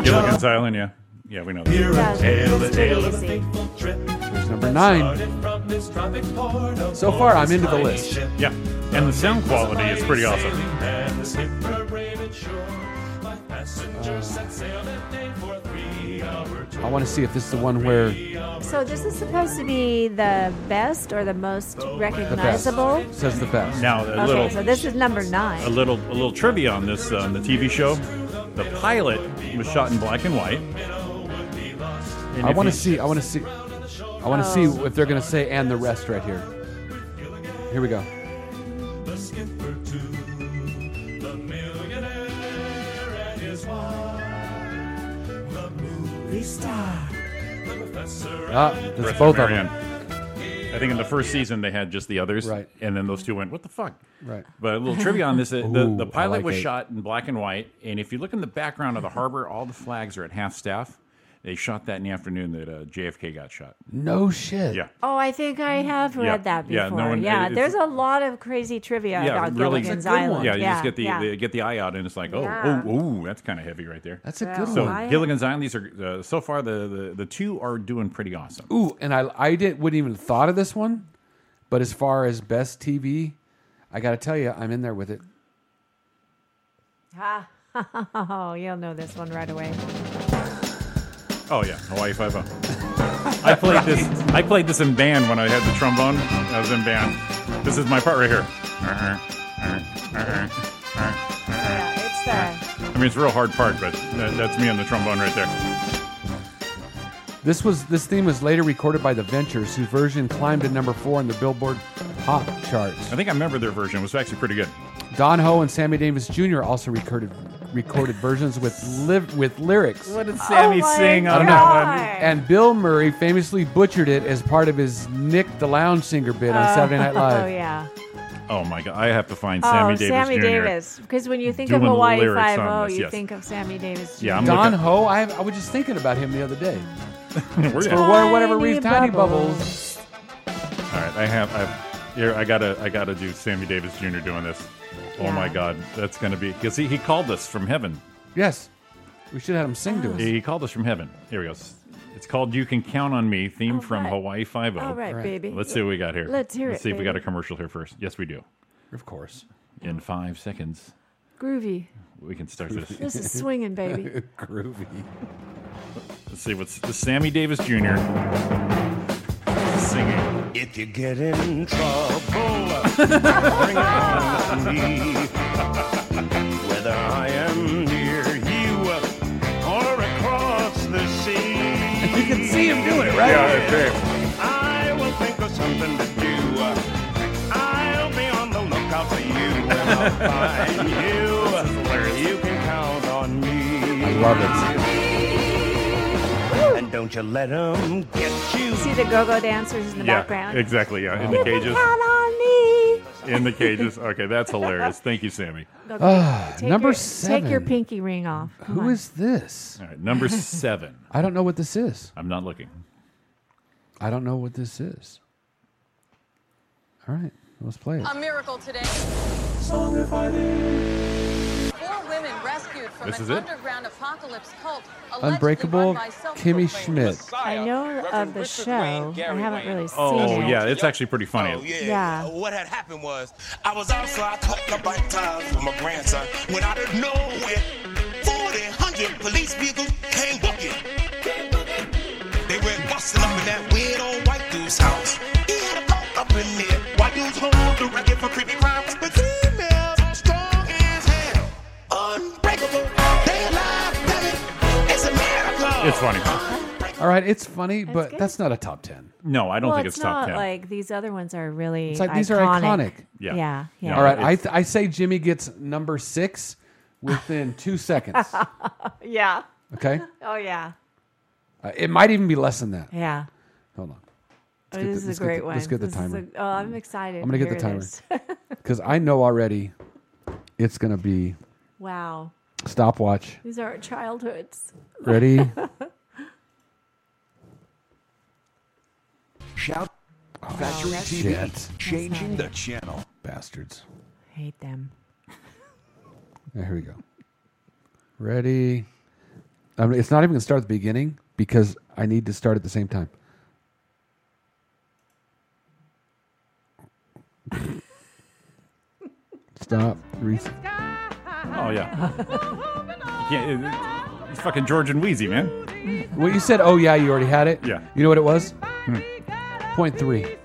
A: Gilligan's Island, yeah. Yeah, we know that.
F: Here a tale, a tale of a
H: easy.
F: fateful trip.
G: There's number nine.
F: Started from this tropic port
G: So
F: aboard
G: far, I'm
F: this
G: into the
F: mighty
G: list.
F: ship.
A: Yeah. And the sound quality is pretty
F: Mighty
A: awesome.
F: sailing man, the skipper brave and sure. My passenger set sail that day for a three-hour
G: I want to see if this is the one where
H: So this is supposed to be the best or the most recognizable.
G: says the best.
A: Now, a
H: okay,
A: little
H: so this is number nine.
A: a little a little trivia on this um, the TV show. The pilot was shot in black and white. And
G: I
A: if
G: want to
A: you-
G: see. I want to see. I want to see if they're gonna say and the rest right here. Here we go.
F: The skipper too, the millionaire and his wife, the movie star, the professor.
G: Ah,
F: and
G: that's
A: Breath
G: both of
A: Marianne.
G: them.
A: I think in the first season they had just the others,
G: Right.
A: and then those two went, "What the fuck?"
G: Right.
A: But a little trivia on this: uh, the,
G: Ooh, I
A: the pilot
G: like
A: was
G: it.
A: shot in black and white, and if you look in the background of the harbor, all the flags are at half staff. They shot that in the afternoon that uh, JFK got shot.
G: No shit.
A: Yeah.
H: Oh, I think I have read
A: Yeah,
H: that before.
A: yeah,
H: Yeah,
A: no one- it-
H: there's a
A: it's-
H: lot of crazy trivia about Gilligan's Island.
A: Yeah, you just get the,
H: yeah.
A: the- get the eye out, and it's like, oh,
H: Yeah.
A: oh, oh, that's kind of heavy right there.
G: That's a
H: Yeah.
G: good
A: so
G: one.
A: Gilligan's Island. These are uh, so far the, the the two are doing pretty awesome.
G: Ooh, and I I didn't wouldn't even thought of this one, but as far as best TV, I gotta tell you, I'm in there with it.
H: [LAUGHS] Oh, you'll know this one right away.
A: Oh yeah, Hawaii Five O. I played this. I played this in band when I had the trombone. I was in band. This is my part right here. Uh-huh. I
H: Yeah, it's
A: [LAUGHS]
H: the
A: mean, it's a real hard part, but that, that's me on the trombone right there.
G: This was this theme was later recorded by the Ventures, whose version climbed to number four on the Billboard Pop charts.
A: I think I remember their version. It was actually pretty good.
G: Don Ho and Sammy Davis Jr. also recorded recorded versions with liv- with lyrics.
A: What did
H: Sammy Oh my sing on that
G: And Bill Murray famously butchered it as part of his Nick the Lounge Singer bit on Saturday Night
H: [LAUGHS] Oh
G: Live.
H: yeah.
A: Oh my god, I have to find Sammy
H: oh,
A: Davis
H: Sammy
A: Jr.
H: Davis. Because when you think of
A: Doing
H: Hawaii
A: lyrics on
H: Five O,
A: this,
H: you
A: yes.
H: think of Sammy Davis. Jr.
A: Yeah, I'm
G: Don
A: looking- [LAUGHS]
G: Ho, I, I was just thinking about him the other day.
A: Where you
G: For
A: at?
G: wha- whatever
H: Tiny
G: reason, Tiny
H: bubbles.
G: Bubbles.
A: All right, I have. I've, here, I gotta. I gotta do Sammy Davis Jr. doing this. Oh my
H: Yeah.
A: god, that's gonna be because he, he called us from heaven.
G: Yes. We should have had him sing to us.
A: He called us from heaven. Here he goes. It's called "You Can Count on Me," theme
H: All
A: from
H: right.
A: Hawaii Five O.
H: All right,
G: Right.
H: baby.
A: Let's see what we got here.
H: Let's hear
A: Let's
H: it,
A: see if we
H: baby.
A: got a commercial here first. Yes, we do.
G: Of course.
A: In five seconds,
H: Groovy.
A: we can start this. [LAUGHS]
H: This is swinging, baby.
G: Groovy.
A: Let's see what's the Sammy Davis Jr. singing.
F: If you get in trouble, bring it on me. Whether I am near you or across the sea. You
G: can see him do it,
A: right?
F: I
A: Yeah,
F: will think of something to do. I'll be on the lookout for you when I find you. You can count on me. I
G: love it.
F: And don't you let 'em get you.
H: See the go-go dancers in the background.
A: exactly. Yeah, in the
H: You can
A: cages.
H: count on me.
A: In the
H: [LAUGHS]
A: cages. Okay, that's hilarious. Thank you, Sammy.
H: Look,
G: Ah,
H: take
G: number
H: your, Take your
G: seven.
H: pinky ring off. Come
G: Who
H: on.
G: is this?
A: All right, number seven.
G: I don't know what this is.
A: I'm not looking.
G: I don't know what this is. All right, let's play it.
H: Um,
L: A miracle today. Four women rescued from
G: This is
L: an
G: it?
L: underground apocalypse cult. allegedly run
G: Unbreakable
L: by self-proclaimed
G: Kimmy Schmidt.
H: I know of the show. I haven't really seen
A: Oh
H: it.
A: yeah, it's actually pretty funny.
H: Oh, Yeah.
F: What had happened was I was outside talking about time with my grandson when out of nowhere, 40, 100 police vehicles came walking. They went busting up in that weird old white dude's house. He had a dog up in there. White dudes hold the record for creepy crimes, but females strong as hell, unbreakable. They alive, damn it. It's America.
A: It's funny.
G: All right, it's funny, but that's not a top ten.
A: No, I don't
H: well,
A: think it's, top
H: not
A: ten.
H: like these other ones are really.
G: It's like these are iconic.
H: Yeah. Yeah.
G: All right, I th- I say Jimmy gets number six within
H: [LAUGHS]
G: two seconds.
H: yeah.
G: Okay,
H: Oh yeah.
G: uh, it might even be less than that.
H: Yeah.
G: Hold on.
H: Oh,
G: get the-
H: this is a
G: let's get
H: great
G: the-
H: one.
G: let's get the
H: This is
G: timer.
H: a- oh, I'm excited.
G: I'm gonna
H: to
G: get the timer
H: hear this. [LAUGHS]
G: because I know already it's gonna be
H: wow.
G: stopwatch.
H: These are our childhoods. [LAUGHS]
G: Ready?
R: Shout Factory
H: that's-
R: TV,
G: Shit.
R: changing the channel.
G: Bastards.
H: Hate them.
G: Yeah, here we go. Ready? I mean, it's not even going to start at the beginning because I need to start at the same time. Stop. Reset.
A: Oh
H: [LAUGHS]
A: yeah. you can't, it- it's fucking George and Wheezy, man.
G: Well, you said, oh, yeah, you already had it.
A: Yeah.
G: You know what it was? Point three.
A: [LAUGHS]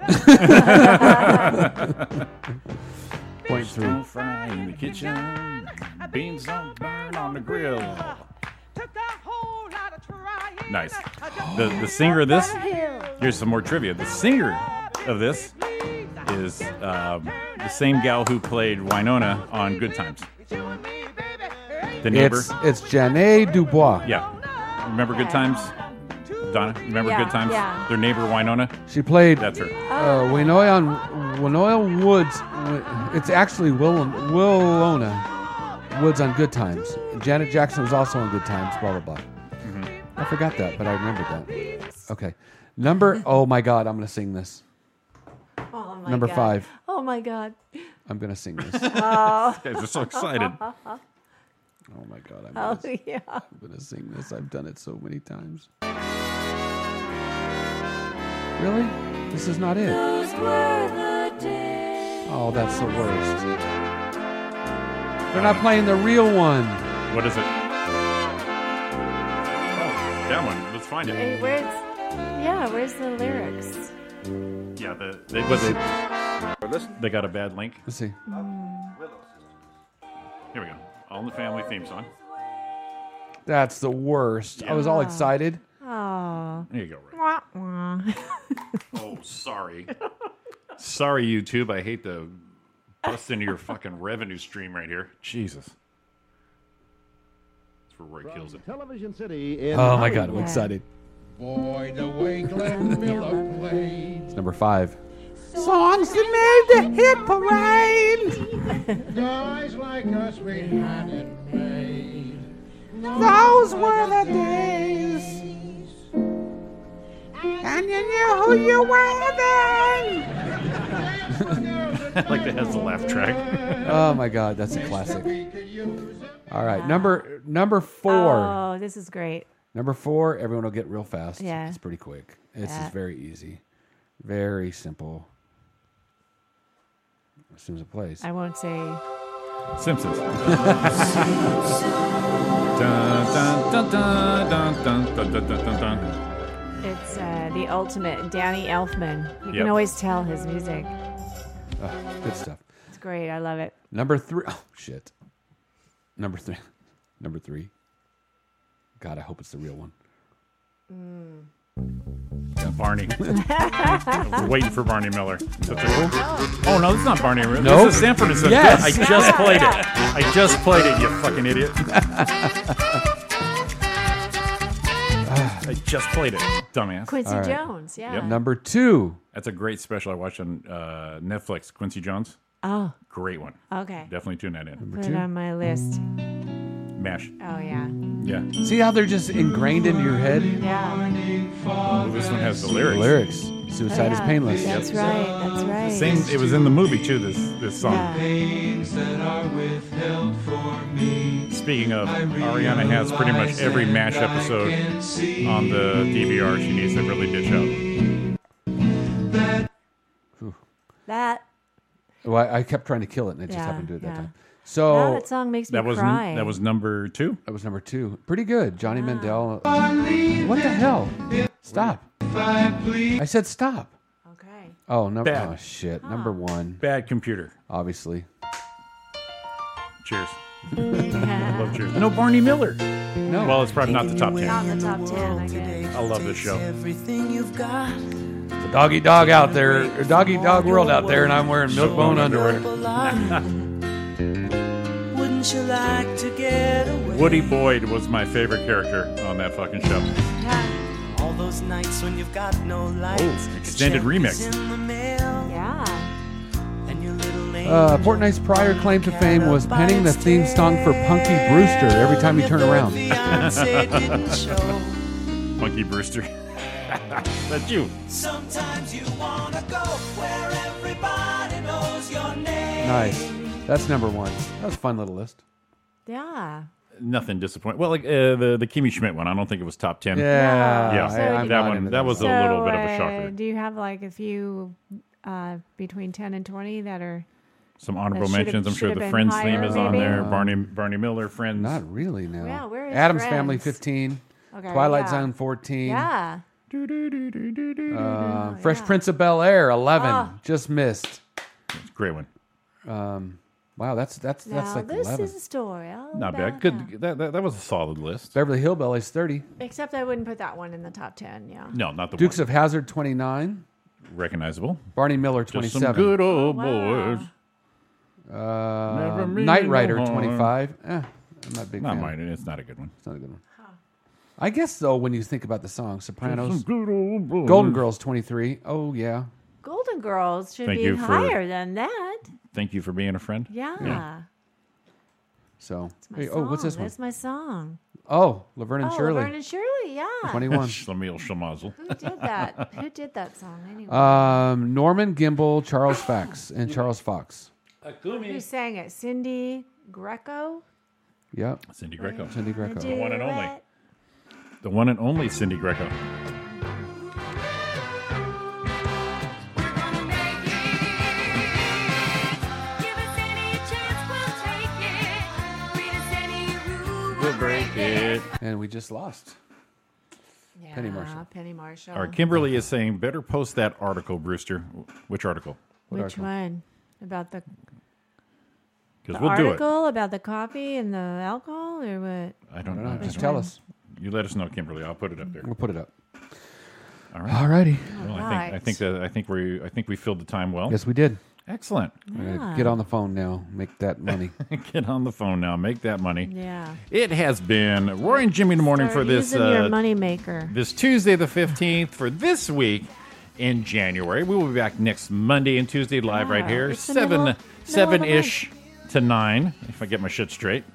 G: Point
A: Fish
G: three.
A: don't fry in the kitchen. Beans don't burn on the grill. Nice. The the singer of this. Here's some more trivia. The singer of this is um, the same gal who played Winona on Good Times. The neighbor.
G: It's, it's Janet Dubois.
A: yeah. Remember Good Times? Donna, remember
G: Yeah,
A: Good Times?
G: yeah.
A: Their neighbor Winona.
G: She played.
A: That's her.
G: Uh, Winoy on Winoy Woods. It's actually Will Willona Woods on Good Times. Janet Jackson was also on Good Times. Blah blah blah. I forgot that, but I remembered that. Okay, number. Oh my God, I'm gonna sing this.
H: Oh my
G: Number
H: God.
G: five.
H: Oh my god. [LAUGHS]
G: I'm gonna sing this.
H: Oh.
A: These guys are so excited.
G: Oh my God, I'm
H: Oh
G: gonna,
H: yeah.
G: I'm gonna sing this. I've done it so many times. Really? This is not it. Oh, that's the worst. They're not playing the real one.
A: What is it? Oh, That one. Let's find it.
H: Hey, where's? Yeah, where's the lyrics?
A: Yeah, the, they, was it, they got a bad link.
G: Let's see.
A: Here we go. All in the Family theme song.
G: That's the worst. I was all
H: Yeah.
G: excited.
H: Oh.
A: There you go, Rick.
H: Wah, wah.
A: Oh, [LAUGHS] sorry. sorry, YouTube. I hate to bust into your fucking revenue stream right here. Jesus. That's where Roy kills it.
S: Television City in
G: oh my god, I'm
S: Hollywood.
G: excited.
S: Boy, the way Glenn Miller played.
G: It's number five.
S: Songs that made the hit parade. Guys like us, we had it made. Those were the days. And you knew who you were then.
A: like that has the laugh track.
G: Oh my god, that's a classic. All right, number number four.
H: Oh, this is great.
G: Number four, everyone will get real fast.
H: Yeah.
G: It's pretty quick. It's
H: Yeah.
G: just very easy. Very simple. As soon as it plays.
H: I won't say.
A: Simpsons. Dun, dun, dun, dun, dun, dun, dun, dun, dun, dun, dun.
H: It's uh, the ultimate Danny Elfman. You
G: Yep.
H: can always tell his music.
G: Ugh, good stuff.
H: It's great. I love it.
G: Number three. Oh shit. Number three. [LAUGHS] Number three. God, I hope it's the real one.
A: Barney. We're waiting for Barney Miller. That's a- oh no, this is not Barney Miller.
G: Nope.
A: This is Sanford and Son.
G: Yes.
A: I just played it. I just played it. You fucking
G: [LAUGHS]
A: idiot. I just played it, dumbass.
H: Quincy All right. Jones, yeah.
G: Number two.
A: That's a great special I watched on uh, Netflix. Quincy Jones.
H: Oh.
A: Great one.
H: Okay.
A: Definitely tune that in.
H: Put it on my list.
A: Mash.
H: Oh yeah.
A: Yeah.
G: See how they're just ingrained into your head.
H: Yeah. Oh,
A: This one has the lyrics.
G: lyrics. Suicide is
H: yeah.
G: painless.
H: That's right. That's right.
A: Same. It was in the movie too. This this song.
T: Pains that are withheld for me.
A: Speaking of, Ariana has pretty much every MASH episode on the DVR she needs to really ditch out.
H: That.
G: Well, I I kept trying to kill it, and I just
H: Yeah,
G: happened to do it that
H: yeah.
G: time. So
H: Now that song makes me
G: that was-
H: cry.
A: That was number two.
G: That was number two. Pretty good, Johnny Mandel. What the hell? Stop! I said stop.
H: [LAUGHS]
G: Okay. Oh no!
A: Bad.
G: Oh shit! Number one.
A: Bad computer.
G: Obviously.
A: Cheers. love Cheers. No Barney Miller. No. Well, it's probably not the top
E: Not
A: ten.
E: the top ten, I guess.
A: I love this show.
E: Everything you've got.
G: It's a dog eat dog out there, or dog eat dog world out there, and I'm wearing milk bone underwear.
A: [LAUGHS]
E: Wouldn't you like to get away?
A: Woody Boyd was my favorite character on that fucking show.
E: All those nights when you've got no lights.
A: Oh, extended remix.
E: Yeah.
G: Uh, Fortnite's prior claim to fame was penning the theme song for Punky Brewster every time you turn around. [LAUGHS]
A: Monkey Brewster. [LAUGHS] That's you.
E: Sometimes you wanna go where everybody knows your name.
G: nice. That's number one. That was a fun little list.
H: Yeah.
A: Nothing disappointing. Well, like uh, the the Kimmy Schmidt one, I don't think it was top ten.
G: Yeah,
A: yeah,
G: I- I'm
A: that
G: not
A: one.
G: into
A: That
G: that
A: was a
H: So,
A: little bit of a
H: uh,
A: shocker.
H: do you have like a few uh, between ten and twenty that are?
A: Some honorable
H: that should've-
A: mentions. I'm sure
H: should've
A: the
H: been
A: Friends
H: higher,
A: theme is on
H: maybe?
A: there. Barney Barney Miller, Friends.
G: Not really now.
H: Yeah, where is
G: Adam's
H: Friends?
G: Family 15.
H: Okay,
G: Twilight
H: yeah.
G: Zone 14.
H: Yeah.
G: Uh, Fresh Prince of Bel Air 11.
H: Oh, Ah.
G: Just missed.
A: Great one.
G: Um, wow, that's that's
H: Now
G: that's like
H: this
G: 11.
H: is a story. all
A: Not bad.
H: about
A: Good. That, that that was a solid list.
G: Beverly Hillbillies 30.
H: Except I wouldn't put that one in the top ten. Yeah.
A: No, not the
G: Dukes of Hazard 29.
A: recognizable.
G: Barney Miller
A: Just
G: 27.
A: some good
H: Oh,
A: old boys.
G: Uh,
A: Never mean
G: Knight
A: no
G: Rider
A: harm.
G: 25. Eh, I'm not a big
A: Not
G: fan.
A: mine. It's not a good one.
G: It's not a good one. I guess though, when you think about the song, Sopranos,
A: good old boys.
G: Golden Girls 23. Oh yeah,
H: Golden Girls should
A: Thank
H: be
A: you for-
H: higher than that.
A: Thank you for being a friend.
H: Yeah.
G: So
H: My
G: hey, oh, what's
H: song.
G: this one?
H: That's my song.
G: Oh, Laverne and
H: oh,
G: Shirley.
H: Laverne and [LAUGHS] Shirley. Yeah.
A: [LAUGHS]
G: 21.
A: Schlemiel Schlemazel.
H: Who did that?
G: [LAUGHS]
H: Who did that song anyway?
G: Um, Norman Gimbel, Charles Fox, and Charles Fox.
H: Who sang it? Cindy Greco.
G: Yep.
A: Cindy Greco.
G: Cindy Greco.
A: The one and only. The one and only Cindy Greco. We'll break it.
G: And we just lost. Penny Marshall.
H: Penny Marshall.
A: All right. Kimberly is saying, better post that article, Brewster. Which article?
H: Which one? About the, the
A: Because we'll do it.
H: article about the coffee and the alcohol, or what?
A: I don't, know.
G: Just tell us.
A: You let us know, Kimberly. I'll put it up there.
G: We'll put it up.
A: All right.
G: All righty.
A: Well, Oh, I think I think that I think we I think we filled the time well.
G: Yes, we did.
A: Excellent. [LAUGHS]
G: We're gonna Get on the phone now. Make that money.
A: Get on the phone now. Make that money.
H: Yeah.
A: It has been Roy and Jimmy in the morning for
H: Start
A: this
H: using your
A: uh,
H: moneymaker.
A: this Tuesday the fifteenth for this week in January. We will be back next Monday and Tuesday live right
H: Yeah,
A: here
H: it's the
A: seven
H: middle-
A: seven
H: middle of the
A: ish to nine if I get my shit straight.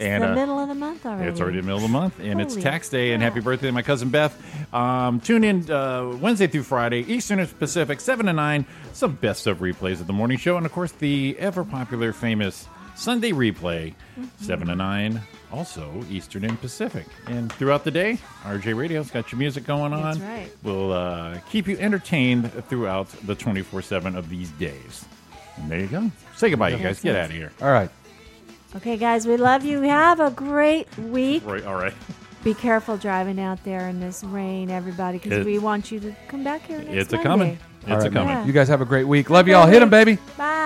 A: And
H: the
A: uh,
H: middle of the month already.
A: It's already the middle of the month, and it's
H: Holy
A: tax day. And happy birthday to my cousin Beth. Um, tune in uh, Wednesday through Friday, Eastern and Pacific, seven to nine. Some best of replays of the morning show, and of course the ever popular, famous Sunday replay,
H: Mm-hmm.
A: seven to nine. Also Eastern and Pacific, and throughout the day, RJ Radio's got your music going on.
H: That's right.
A: We'll uh, keep you entertained throughout the twenty four seven of these days. And there you go. Say goodbye, you guys. Get out of here.
G: All right.
H: Okay, guys, we love you. Have a great week.
A: Right. All right.
H: Be careful driving out there in this rain, everybody, because
A: It-
H: we want you to come back here next
A: It's a
H: Monday.
A: coming.
G: All
A: It's a
G: right, man.
A: coming.
G: You guys have a great week. Love y'all. Hit them, baby.
H: Bye.